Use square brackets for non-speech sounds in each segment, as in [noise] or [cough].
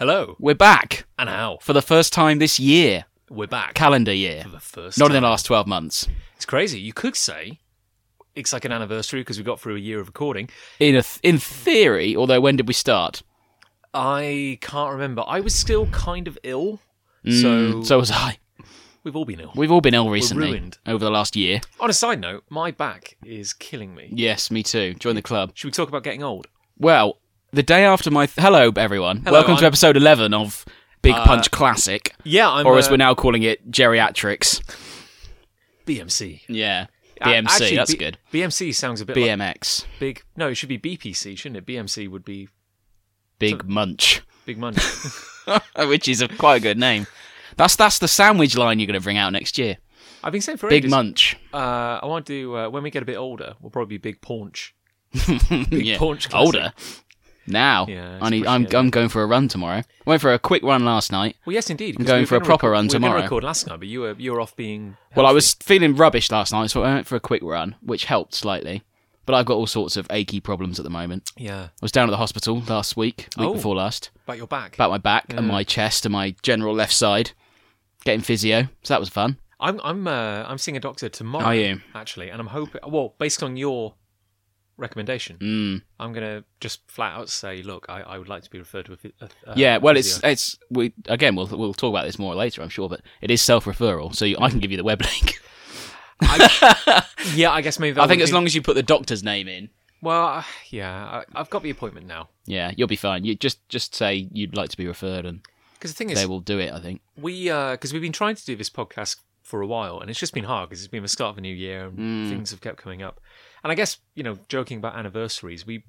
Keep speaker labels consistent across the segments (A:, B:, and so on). A: Hello.
B: We're back
A: And how?
B: for the first time this year,
A: We're back.
B: calendar year,
A: for the first
B: not in
A: time.
B: the last 12 months.
A: It's crazy. You could say it's like an anniversary because we got through a year of recording.
B: In a th- in theory, although when did we start?
A: I can't remember. I was still kind of ill. so,
B: Mm, So was I.
A: we've all been ill.
B: We've all been ill recently
A: ruined.
B: over the last year.
A: On a side note, my back is killing me.
B: Yes, me too. Join the club.
A: Should we talk about getting old?
B: Well, the day after my th- hello everyone. Uh, Welcome to
A: I'm-
B: episode 11 of Big Punch Classic,
A: Yeah, I'm
B: or
A: uh,
B: as we're now calling it, geriatrics.
A: BMC.
B: Yeah.
A: A-
B: BMC,
A: actually,
B: that's
A: B-
B: good.
A: BMC sounds a bit like
B: BMX.
A: big. No, it should be BPC, shouldn't it? BMC would be
B: Big Munch, [laughs]
A: big money.
B: which is a quite a good name. That's that's the sandwich line you're going to bring out next year.
A: I've been saying for
B: Big
A: ages,
B: Munch.
A: Uh, I want to uh, when we get a bit older, we'll probably be big paunch.
B: yeah.
A: Punch Classic.
B: Older. Now,
A: Yeah,
B: I need,
A: it's
B: I'm
A: pushing it.
B: I'm going for a run tomorrow. Went for a quick run last night.
A: Well, yes, indeed. because
B: going
A: were
B: for a
A: gonna
B: proper
A: record-
B: run
A: we were gonna
B: tomorrow.
A: record last night, but you were you were off being.
B: Well, I was feeling rubbish last night, so I went for a quick run, which helped slightly. But I've got all sorts of achy problems at the moment.
A: yeah
B: I was down at the hospital last week, week
A: Oh.
B: before last,
A: about your back.
B: about my back and my chest and my general left side, getting physio. So that was fun.
A: I'm I'm uh, I'm seeing a doctor tomorrow.
B: Are you?
A: actually? And I'm hoping. Well, based on your recommendation,
B: Mm.
A: I'm gonna just flat out say, look, I, I would like to be referred to a. phy- a a
B: yeah, well,
A: Uh, physio.
B: it's it's we again we'll we'll talk about this more later, I'm sure, but it is self referral, so you, I can give you the web link.
A: yeah. I guess maybe. That
B: I think
A: would
B: as
A: be-
B: long as you put the doctor's name in,
A: Well, uh, yeah, I, I've got the appointment now.
B: yeah, you'll be fine. You just just say you'd like to be referred, and
A: Because the thing is,
B: they will do it. I think.
A: we because we've been trying to do this podcast for a while and it's just been hard because it's been the start of a new year and
B: Mm.
A: things have kept coming up and i guess you know joking about anniversaries we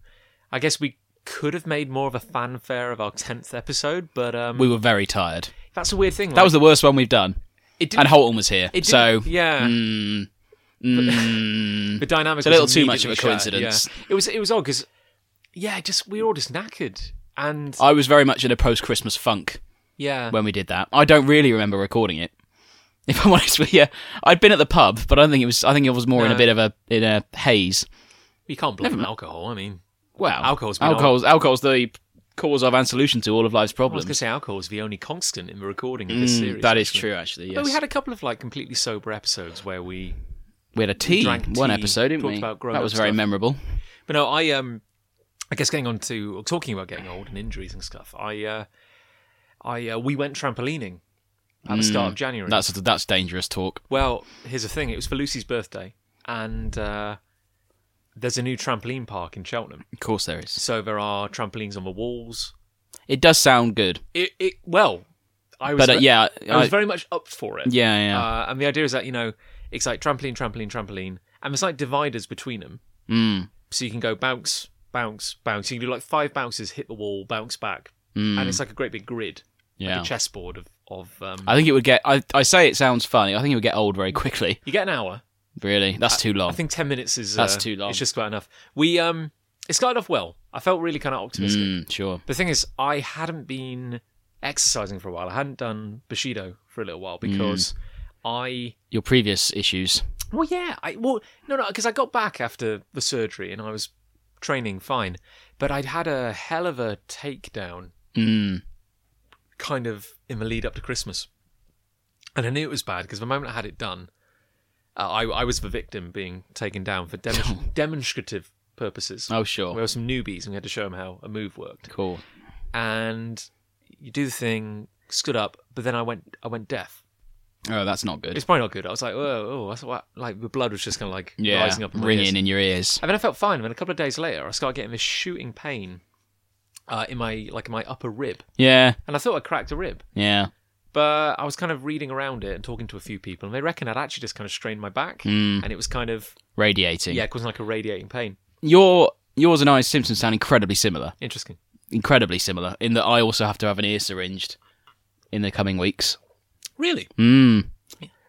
A: i guess we could have made more of a fanfare of our 10th episode but um
B: We were very tired.
A: that's a weird thing
B: That was the worst one we've done,
A: it didn't,
B: and Holton was here,
A: it
B: so
A: didn't- yeah
B: mm, mm,
A: [laughs] the dynamic
B: a little
A: was
B: too much of a
A: immediately shattered,
B: coincidence.
A: yeah. it was it was odd because yeah just we were all just knackered and
B: I was very much in a post-Christmas funk
A: yeah
B: when we did that. I don't really remember recording it. [laughs] If I'm honest with you, I'd been at the pub, but I don't think it was. I think it was more in a
A: No.
B: bit of a in a haze.
A: you can't blame alcohol i mean
B: Well,
A: Alcohol's been
B: alcohol's alcohol's the cause of and solution to all of life's
A: i was
B: problems.
A: going to say alcohol is the only constant in the recording of this
B: Mm,
A: series
B: that is
A: actually.
B: true, actually.
A: But
B: Yes.
A: we had a couple of like completely sober episodes where we.
B: We had a tea
A: drank
B: one
A: tea,
B: episode, didn't
A: talked
B: we?
A: about grown-up
B: that was very
A: stuff.
B: memorable.
A: But no, I um, I guess getting on to or talking about getting old and injuries and stuff. I uh, I uh, we went trampolining at
B: Hmm.
A: the start of January.
B: That's that's dangerous talk.
A: well, here's the thing. It was for Lucy's birthday, and uh, there's a new trampoline park in Cheltenham.
B: Of course, there is.
A: So there are trampolines on the walls.
B: It does sound good,
A: It, it well, I was
B: but uh,
A: ve-
B: yeah,
A: I was
B: I-
A: very much up for it.
B: yeah, yeah.
A: Uh, and the idea is that you know it's like trampoline, trampoline, trampoline, and there's like dividers between them,
B: Mm.
A: so you can go bounce, bounce, bounce. You can do like five bounces, hit the wall, bounce back, and it's like a great big grid,
B: Mm. yeah.
A: like a chessboard of of. Um,
B: I think it would get. I, I say it sounds funny. I think it would get old very quickly. [laughs]
A: you get an hour.
B: Really, that's too long.
A: I think ten minutes is
B: Oh. That's
A: uh,
B: too long.
A: It's just about enough. We um, it started off well. I felt really kind of optimistic.
B: Mm, sure.
A: The thing is, I hadn't been exercising for a while. I hadn't done bushido for a little while
B: Mm.
A: because I
B: Your previous issues.
A: Well, yeah. I well, no, no, because I got back after the surgery and I was training fine, but I'd had a hell of a takedown,
B: Mm.
A: kind of in the lead up to Christmas, and I knew it was bad because the moment I had it done, uh, I I was the victim being taken down for
B: [laughs]
A: demon- demonstrative purposes.
B: Oh,
A: We
B: sure.
A: were some newbies and we had to show them how a move worked.
B: Cool.
A: And you do the thing, stood up, but then I went I went deaf.
B: Oh, that's not good.
A: It's probably not good. I was like, oh, oh, that's what, like the blood was just kind of like
B: yeah,
A: rising up in my ears.
B: ringing in your ears.
A: And then I felt fine. And then a couple of days later, I started getting this shooting pain uh, in my like in my upper rib,
B: Yeah,
A: and I thought I cracked a rib.
B: yeah.
A: But I was kind of reading around it and talking to a few people, and they reckon I'd actually just kind of strained my back,
B: Mm.
A: and it was kind of
B: Radiating.
A: yeah, it causing like a radiating pain.
B: Your yours and I's symptoms sound incredibly similar.
A: Interesting.
B: Incredibly similar. In that I also have to have an ear syringed in the coming weeks.
A: Really?
B: Mm.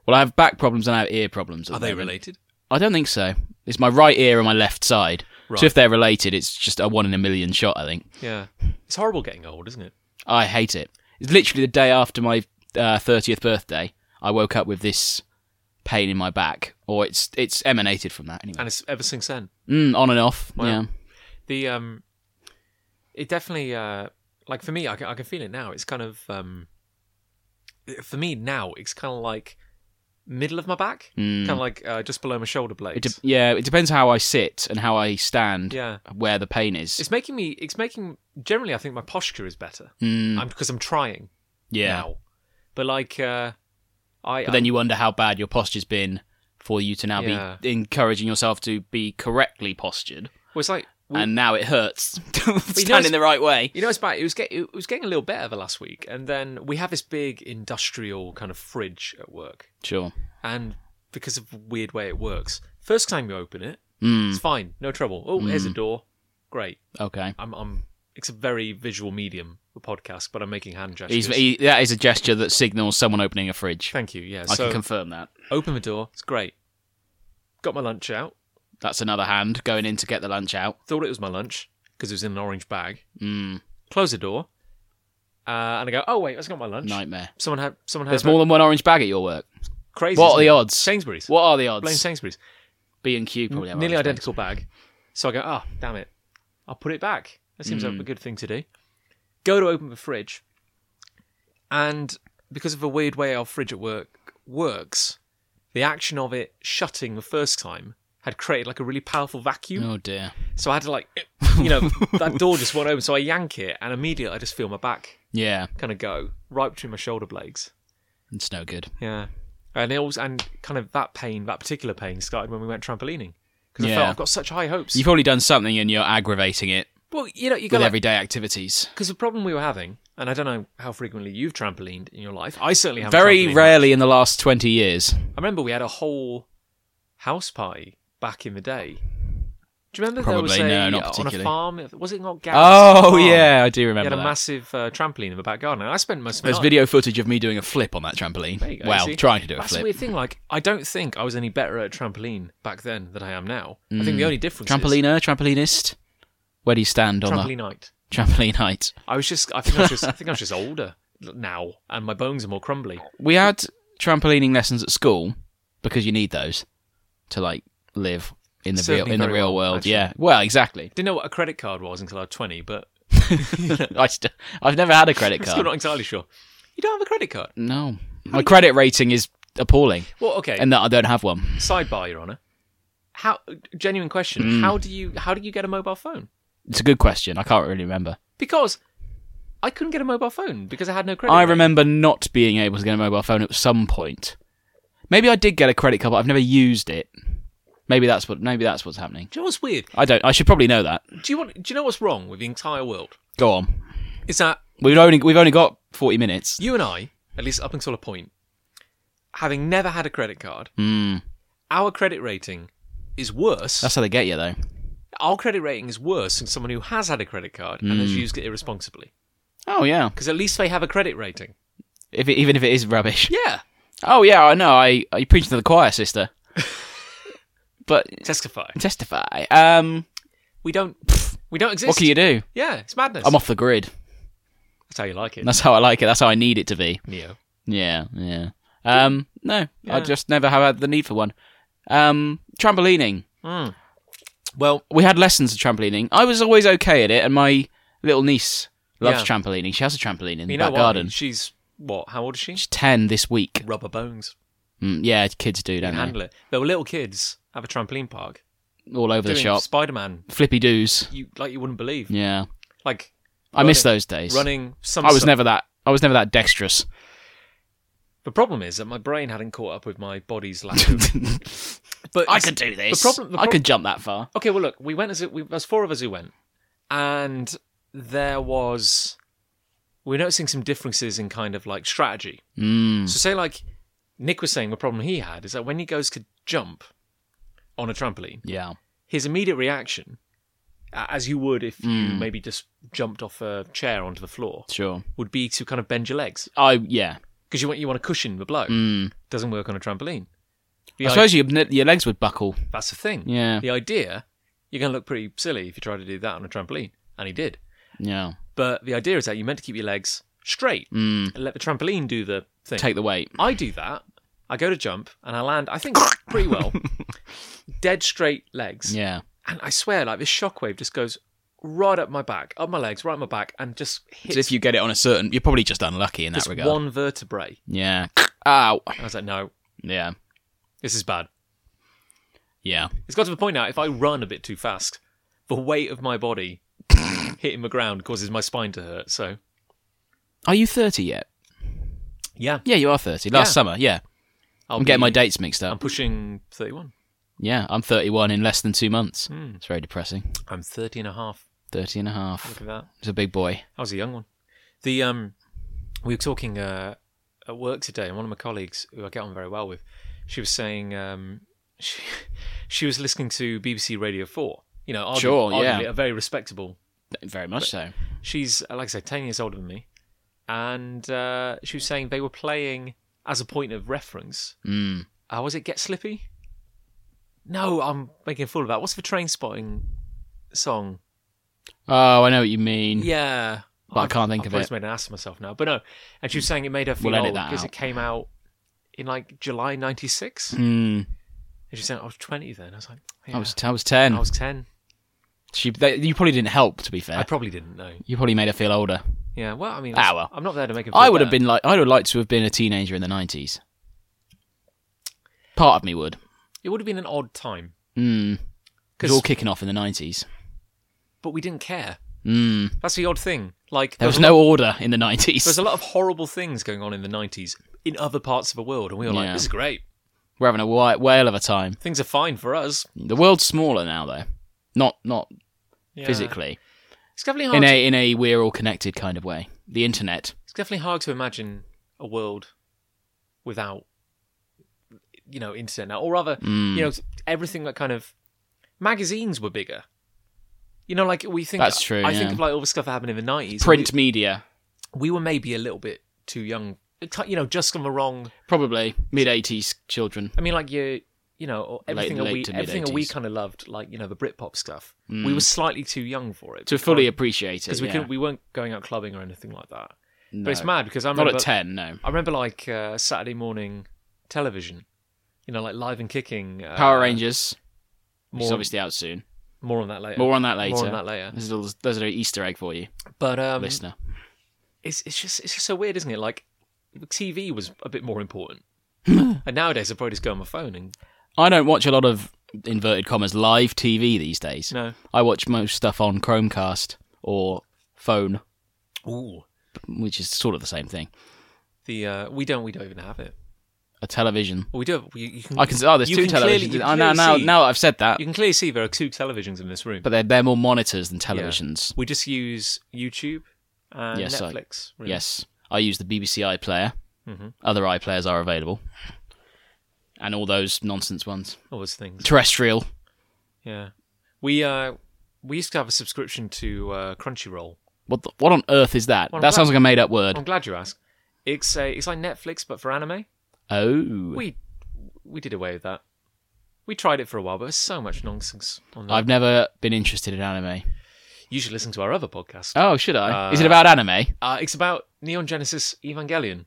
B: Well, I have back problems and I have ear problems. at
A: Are
B: the
A: they
B: moment.
A: related?
B: I don't think so. It's my right ear and my left side.
A: Right.
B: So if they're related, it's just a one in a million shot. I think.
A: Yeah. It's horrible getting old, isn't it?
B: I hate it. It's literally the day after my uh, thirtieth birthday. I woke up with this pain in my back, or it's it's emanated from that anyway.
A: And it's ever since then.
B: Mm, on and off.
A: Wow.
B: Yeah.
A: The um, it definitely uh, like for me, I can, I can feel it now. It's kind of um, for me now. It's kind of like middle of my back, kind of like uh, just below my shoulder
B: It
A: blades.
B: de- yeah, it depends how I sit and how I stand,
A: yeah,
B: where the pain is.
A: it's making me. It's making generally. I think my posture is better.
B: Mm,
A: I'm because I'm trying
B: yeah.
A: now, but like uh, I
B: But then you wonder how bad your posture's been for you to now
A: Yeah.
B: be encouraging yourself to be correctly postured.
A: was like we-
B: and now it hurts [laughs]
A: it's-
B: standing the right way.
A: You know, it's bad. It was get, it was getting a little better the last week, and then we have this big industrial kind of fridge at work,
B: Sure.
A: and because of the weird way it works, first time you open it,
B: Mm,
A: it's fine, no trouble. Oh, here's
B: Hmm.
A: a door, great.
B: okay.
A: I'm, I'm. It's a very visual medium, the podcast, but I'm making hand gestures.
B: He's, he, that is a gesture that signals someone opening a fridge.
A: Thank you. Yeah.
B: I
A: so
B: can confirm that.
A: open the door. It's great. Got my lunch out.
B: That's another hand going in to get the lunch out.
A: Thought it was my lunch because it was in an orange bag.
B: Mm,
A: Close the door, uh, and I go, oh wait, that's not my lunch.
B: nightmare.
A: Someone had someone had
B: There's more than one orange bag at your work.
A: crazy.
B: What
A: isn't
B: are the
A: it?
B: odds?
A: Sainsbury's.
B: What are the
A: Blame
B: odds?
A: Sainsbury's.
B: B and Q probably have
A: Nearly
B: orange bags.
A: identical bag. So I go, ah, damn it. I'll put it back. That seems
B: Hmm.
A: like a good thing to do. Go to open the fridge. And because of the weird way our fridge at work works, the action of it shutting the first time had created like a really powerful vacuum.
B: Oh dear.
A: So I had to like, you know, that door just went open. So I yank it and immediately I just feel my back
B: Yeah,
A: kind of go right between my shoulder blades.
B: it's no good.
A: Yeah. And it also, and kind of that pain, that particular pain started when we went trampolining. Because I
B: Yeah.
A: felt I've got such high hopes.
B: You've probably done something and you're aggravating it
A: Well, you know, you
B: with
A: got
B: everyday activities.
A: because the problem we were having, and I don't know how frequently you've trampolined in your life. I certainly have.
B: Very rarely in the last 20 years.
A: I remember we had a whole house party back in the day. Do you remember
B: Probably,
A: there was
B: no,
A: a
B: not
A: on a
B: particularly.
A: farm? Was it not Gareth's
B: Oh,
A: farm?
B: yeah, I do
A: He had
B: remember
A: a
B: that.
A: massive uh, trampoline in the back garden. And I spent most of my
B: There's
A: life-
B: video footage of me doing a flip on that trampoline.
A: There you go,
B: well,
A: see?
B: trying to do a
A: That's the
B: flip.
A: weird thing. Like, I don't think I was any better at trampoline back then than I am now. I
B: Mm.
A: think the only difference is
B: Trampoliner, trampolinist. Where do you stand on
A: trampoline night.
B: the trampoline [laughs] height?
A: I was just, I think I was just, I think I was just older now, and my bones are more crumbly.
B: We had trampolining lessons at school because you need those to like live in the
A: Served
B: real
A: me
B: in the
A: very
B: real
A: well,
B: world.
A: actually.
B: Yeah. Well, exactly. [laughs]
A: Didn't know what a credit card was until I was 20, but
B: I st- I've never had a credit
A: still
B: card.
A: not entirely sure. You don't have a credit card?
B: No. My credit rating is appalling
A: Well, okay.
B: and that I don't have one.
A: Sidebar, Your Honour. How genuine question?
B: Mm.
A: How do you how do you get a mobile phone?
B: It's a good question. I can't really remember.
A: Because I couldn't get a mobile phone because I had no credit.
B: I
A: rate.
B: remember not being able to get a mobile phone at some point. Maybe I did get a credit card, but I've never used it. Maybe that's what maybe that's what's happening.
A: Do you know what's weird?
B: I don't I should probably know that.
A: Do you want? Do you know what's wrong with the entire world?
B: Go on.
A: Is that
B: We've only we've only got 40 minutes.
A: you and I, at least up until a point, having never had a credit card,
B: Mm,
A: our credit rating is worse.
B: that's how they get you though.
A: our credit rating is worse than someone who has had a credit card and
B: Hmm.
A: has used it irresponsibly.
B: Oh yeah.
A: Because at least they have a credit rating.
B: If it, even if it is rubbish.
A: Yeah.
B: Oh yeah, I know. I I preach to the choir,
A: [laughs]
B: sister. but
A: Testify.
B: testify. Um [laughs]
A: We don't. We don't exist.
B: what can you do?
A: Yeah, it's madness.
B: I'm off the grid.
A: That's how you like it,
B: That's how I like it. That's how I need it to be.
A: Neo.
B: Yeah, yeah. Um, no,
A: Yeah.
B: I just never have had the need for one. Um, trampolining.
A: Hmm. Well,
B: We had lessons of trampolining. I was always okay at it, and my little niece loves
A: Yeah.
B: trampolining. She has a trampoline in the
A: you know
B: back
A: what?
B: garden.
A: She's what? How old is she?
B: She's ten this week.
A: Rubber bones.
B: Mm, yeah, kids do,
A: Can
B: don't
A: handle it. There were little kids at a trampoline park
B: they? All over the
A: doing
B: shop.
A: Spider Man.
B: Flippy doos.
A: You like you wouldn't believe.
B: Yeah,
A: Like
B: I miss
A: Running-
B: those days.
A: running. Some.
B: I was never that. I was never that [laughs] dexterous.
A: The problem is that my brain hadn't caught up with my body's lack
B: [laughs]
A: of. but
B: I
A: it's-
B: could do this.
A: problem- the
B: I
A: prob-
B: could jump that far.
A: Okay, well, look, we went as a, we, there's four of us who went, and there was we were noticing some differences in kind of like strategy.
B: Mm.
A: So, say like Nick was saying, the problem he had is that when he goes to jump on a trampoline,
B: Yeah.
A: his immediate reaction, a- as you would if you
B: Hmm.
A: maybe just jumped off a chair onto the floor,
B: Sure.
A: would be to kind of bend your legs
B: I yeah.
A: because you want you want to cushion the blow. Doesn't work on a trampoline.
B: Hmm.
A: The
B: I
A: i-
B: suppose your your legs would buckle.
A: that's the thing.
B: Yeah.
A: The idea, you're going to look pretty silly if you try to do that on a trampoline, and he did.
B: Yeah.
A: But the idea is that you're meant to keep your legs straight and let the trampoline do the thing.
B: Hmm. Take the weight.
A: I do that. I go to jump and I land, I think,
B: [laughs]
A: pretty well. Dead straight legs.
B: Yeah.
A: And I swear, like, this shockwave just goes right up my back, up my legs, right up my back, and just hits
B: So if you get it on a certain, you're probably just unlucky in that
A: just
B: regard.
A: one vertebrae.
B: Yeah. Ow.
A: And I was like, no,
B: Yeah.
A: this is bad.
B: Yeah.
A: It's got to the point now. If I run a bit too fast, the weight of my body hitting the ground causes my spine to hurt. So
B: Are you 30 yet?
A: yeah,
B: Yeah, you are 30. Last
A: Yeah.
B: summer, yeah.
A: i
B: I'm getting my dates mixed
A: I'm
B: up.
A: pushing 31.
B: Yeah, I'm 31 in less than two months. It's very depressing.
A: I'm 30 and a half.
B: 30 and a
A: Look
B: half.
A: at that.
B: It's a big boy.
A: I was a young one. The um, we were talking uh, at work today, and one of my colleagues, who I get on very well with, she was saying um, [laughs] she she was listening to BBC Radio Four. You know, argu-
B: Sure, yeah.
A: arguably a very respectable.
B: Very much so.
A: She's uh, like I say, ten years older than me, and uh, she was saying they were playing as a point of reference.
B: Mm.
A: Uh, was it Get Slippy? No, I'm making a fool of that. What's the train spotting song?
B: Oh, I know what you mean.
A: Yeah,
B: But I can't think
A: I've
B: of
A: always
B: it. Mm.
A: made an ass of myself now. But no, and she was saying it made her feel
B: We'll edit
A: old
B: that
A: because
B: out.
A: it came out in like July '96.
B: Mm.
A: And she said I was 20 then. I was like, yeah,
B: I was I was 10.
A: I was 10.
B: She, they, you probably didn't help, to be fair.
A: I probably didn't know.
B: you probably made her feel older.
A: Yeah, well, I mean,
B: Ah,
A: that's-
B: well.
A: I'm not there to make it.
B: I would have been like, I would have liked to have been a teenager in the 90s. Part of me would.
A: It would have been an odd time
B: Mm. It was all
A: because,
B: kicking off in the 90s.
A: but we didn't care.
B: Mm.
A: That's the odd thing. Like
B: There was
A: a lot-
B: no order in the
A: there's
B: 90s.
A: a lot of horrible things going on in the '90s in other parts of the world, and we were like,
B: Yeah.
A: this is great.
B: We're having a white whale of a time.
A: Things are fine for us
B: The world's smaller now, though. Not not
A: Yeah.
B: physically.
A: It's definitely hard.
B: In
A: to-
B: a in a we're all connected kind of way. The internet.
A: it's definitely hard to imagine a world without you know internet now or rather you
B: Mm.
A: know everything that kind of magazines were bigger you know like we think
B: That's true,
A: i
B: yeah.
A: think of like all the stuff that happened in the 90s
B: Print media,
A: we, we were maybe a little bit too young you know just on the wrong
B: probably mid '80s children.
A: i mean like you you know or everything
B: late
A: that
B: to
A: we everything that we
B: mid-eighties.
A: kind of loved like you know the britpop stuff we were slightly too young for it
B: To fully appreciate it,
A: because we
B: yeah.
A: couldn't we weren't going out clubbing or anything like that but it's
B: No.
A: mad because i
B: Not
A: remember
B: at ten, no.
A: I remember like uh, Saturday morning television, you know, like live and kicking. Uh,
B: Power Rangers, which is
A: More,
B: obviously out soon.
A: more on that later.
B: More on that later.
A: More on that later.
B: There's a little, there's a little Easter egg for you,
A: But um,
B: listener.
A: it's it's just it's just so weird, isn't it? Like TV was a bit
B: [clears throat]
A: more important, and nowadays I probably just go on my phone and
B: I don't watch a lot of inverted commas live TV these days.
A: no.
B: I watch most stuff on Chromecast or phone,
A: Ooh,
B: which is sort of the same thing.
A: the uh, we don't we don't even have it.
B: A television.
A: Well, we do. Have, we, you can,
B: I can. Oh, there's
A: you
B: two
A: can clearly-
B: televisions.
A: you
B: Oh,
A: can
B: now,
A: clearly
B: now,
A: see-
B: now I've said that,
A: you can clearly see there are two televisions in this room.
B: but they're they're more monitors than
A: Yeah.
B: televisions.
A: we just use YouTube and
B: Yes, I-
A: Netflix. really.
B: Yes, I use the BBC iPlayer.
A: Mhm.
B: Other iPlayers are available, and all those nonsense ones.
A: all those things.
B: Terrestrial.
A: Yeah, we uh we used to have a subscription to uh, Crunchyroll.
B: What the, what on earth is that?
A: Well,
B: that
A: I'm
B: sounds like a made up word.
A: I'm glad you asked. It's a, it's like Netflix but for anime.
B: Oh,
A: We we did away with that. We tried it for a while, but there's so much nonsense on that.
B: I've never been interested in anime.
A: You should listen to our other podcast.
B: Oh, should I?
A: Uh,
B: is it about anime?
A: Uh, it's about Neon Genesis Evangelion.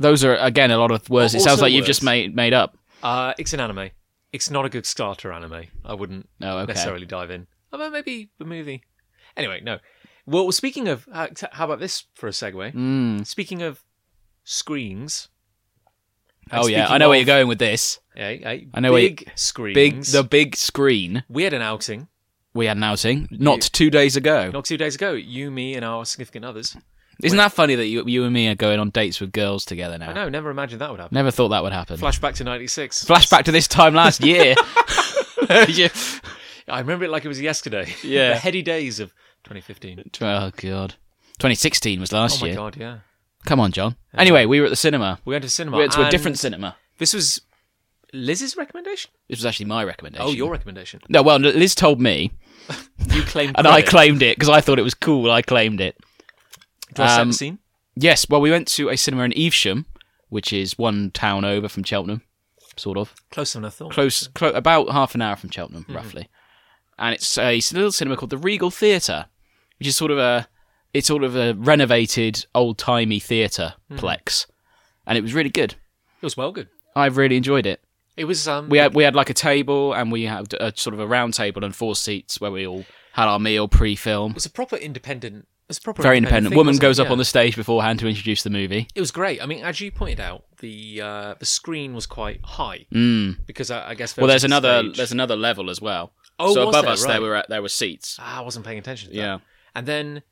B: Those are again a lot of words.
A: Al-
B: it sounds
A: also
B: like you've just
A: words.
B: made made up.
A: Uh, it's an anime. It's not a good starter anime. I wouldn't
B: Oh, okay.
A: necessarily dive in. Although maybe the movie. Anyway, no. Well, speaking of, uh, t- how about this for a segue?
B: Mm.
A: Speaking of screens. and
B: Oh yeah,
A: speaking
B: I know where
A: of-
B: you're going with this.
A: Hey, hey,
B: I know where you-
A: big screens.
B: Big the big screen.
A: we had an outing.
B: We had an outing not two days ago.
A: Not two days ago, you, me, and our significant others.
B: Isn't that funny that you, you and me are going on dates with girls together now?
A: I know, never imagined that would happen.
B: Never thought that would happen.
A: Flashback to '96.
B: Flashback to this time last
A: [laughs]
B: year. [laughs] Yeah.
A: I remember it like it was yesterday. [laughs]
B: Yeah.
A: the heady days of 2015.
B: Oh god. 2016 was
A: Oh
B: last
A: my
B: year.
A: god, yeah.
B: Come on, John. Anyway, we were at the cinema.
A: We went to cinema.
B: We went to a
A: and
B: different cinema.
A: This was Liz's recommendation.
B: This was actually my recommendation.
A: Oh, your recommendation.
B: No, well, Liz told me,
A: [laughs] You claimed.
B: and I
A: credit.
B: claimed it because I thought it was cool. I claimed it.
A: Do I set
B: um,
A: the scene?
B: Yes, well, we went to a cinema in Evesham, which is one town over from Cheltenham, sort of.
A: Closer than I thought.
B: Close, clo- about half an hour from Cheltenham,
A: Mm-hmm.
B: roughly. And it's a s- little cinema called the Regal Theatre, which is sort of a, it's sort of a renovated, old timey theatre
A: Hmm.
B: plex, and it was really good.
A: It was well good.
B: I really enjoyed it.
A: It was. Um,
B: We had we had like a table, and we had a sort of a round table and four seats where we all had our meal pre-film.
A: It was a proper independent. It was a proper
B: Very independent.
A: thing,
B: Woman
A: wasn't
B: goes
A: it?
B: up
A: Yeah.
B: on the stage beforehand to introduce the movie.
A: It was great. I mean, as you pointed out, the uh, the screen was quite high
B: Mm.
A: because I, I guess there
B: Well,
A: was
B: there's
A: the
B: another
A: stage.
B: there's another level as well.
A: Oh,
B: so
A: was
B: above
A: there?
B: us
A: Right.
B: there were there were seats.
A: Ah, I wasn't paying attention. To that.
B: Yeah.
A: and then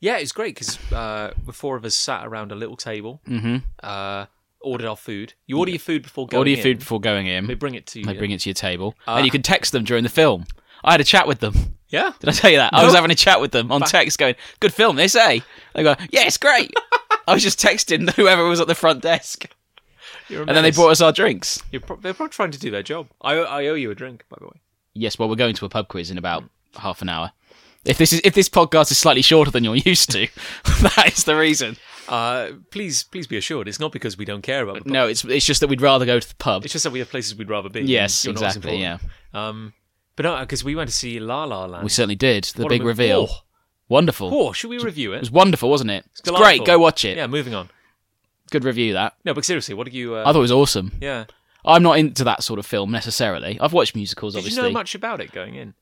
A: yeah, it's great because uh, the four of us sat around a little table,
B: Mm-hmm.
A: uh, ordered our food. You order your food before going.
B: Order your food
A: in.
B: before going in.
A: They bring it to you.
B: They bring it to your table,
A: Ah.
B: and you can text them during the film. I had a chat with them. [laughs]
A: yeah,
B: Did I tell you that? I was
A: Nope.
B: having a chat with them on text, going, "Good film, this, eh?" They go, "Yeah, it's
A: [laughs]
B: great." I was just texting [laughs] whoever was at the front desk,
A: You're a
B: and then they
A: menace.
B: brought us our drinks.
A: You're pro- they're probably trying to do their job. I, I owe you a drink, by the way.
B: Yes, well, we're going to a pub quiz in about half an hour. If this is if this podcast is slightly shorter than you're used to, [laughs] that is the reason.
A: Uh, please, please be assured, it's not because we don't care about. The pub.
B: No, it's it's just that we'd rather go to the pub.
A: It's just that we have places we'd rather be.
B: Yes,
A: You're not as
B: exactly. Yeah,
A: important. Um, but no, because we went to see La La Land.
B: we certainly did. The
A: What a
B: big
A: mo-
B: reveal.
A: Oh,
B: Wonderful. It
A: oh, should we review it?
B: was wonderful, wasn't it? It's great.
A: delightful.
B: Go watch it.
A: Yeah, moving on.
B: Good review that.
A: No, but seriously, what do you? Uh,
B: I thought it was awesome.
A: yeah.
B: I'm not into that sort of film necessarily. I've watched musicals,
A: Did
B: obviously.
A: you know much about it going in?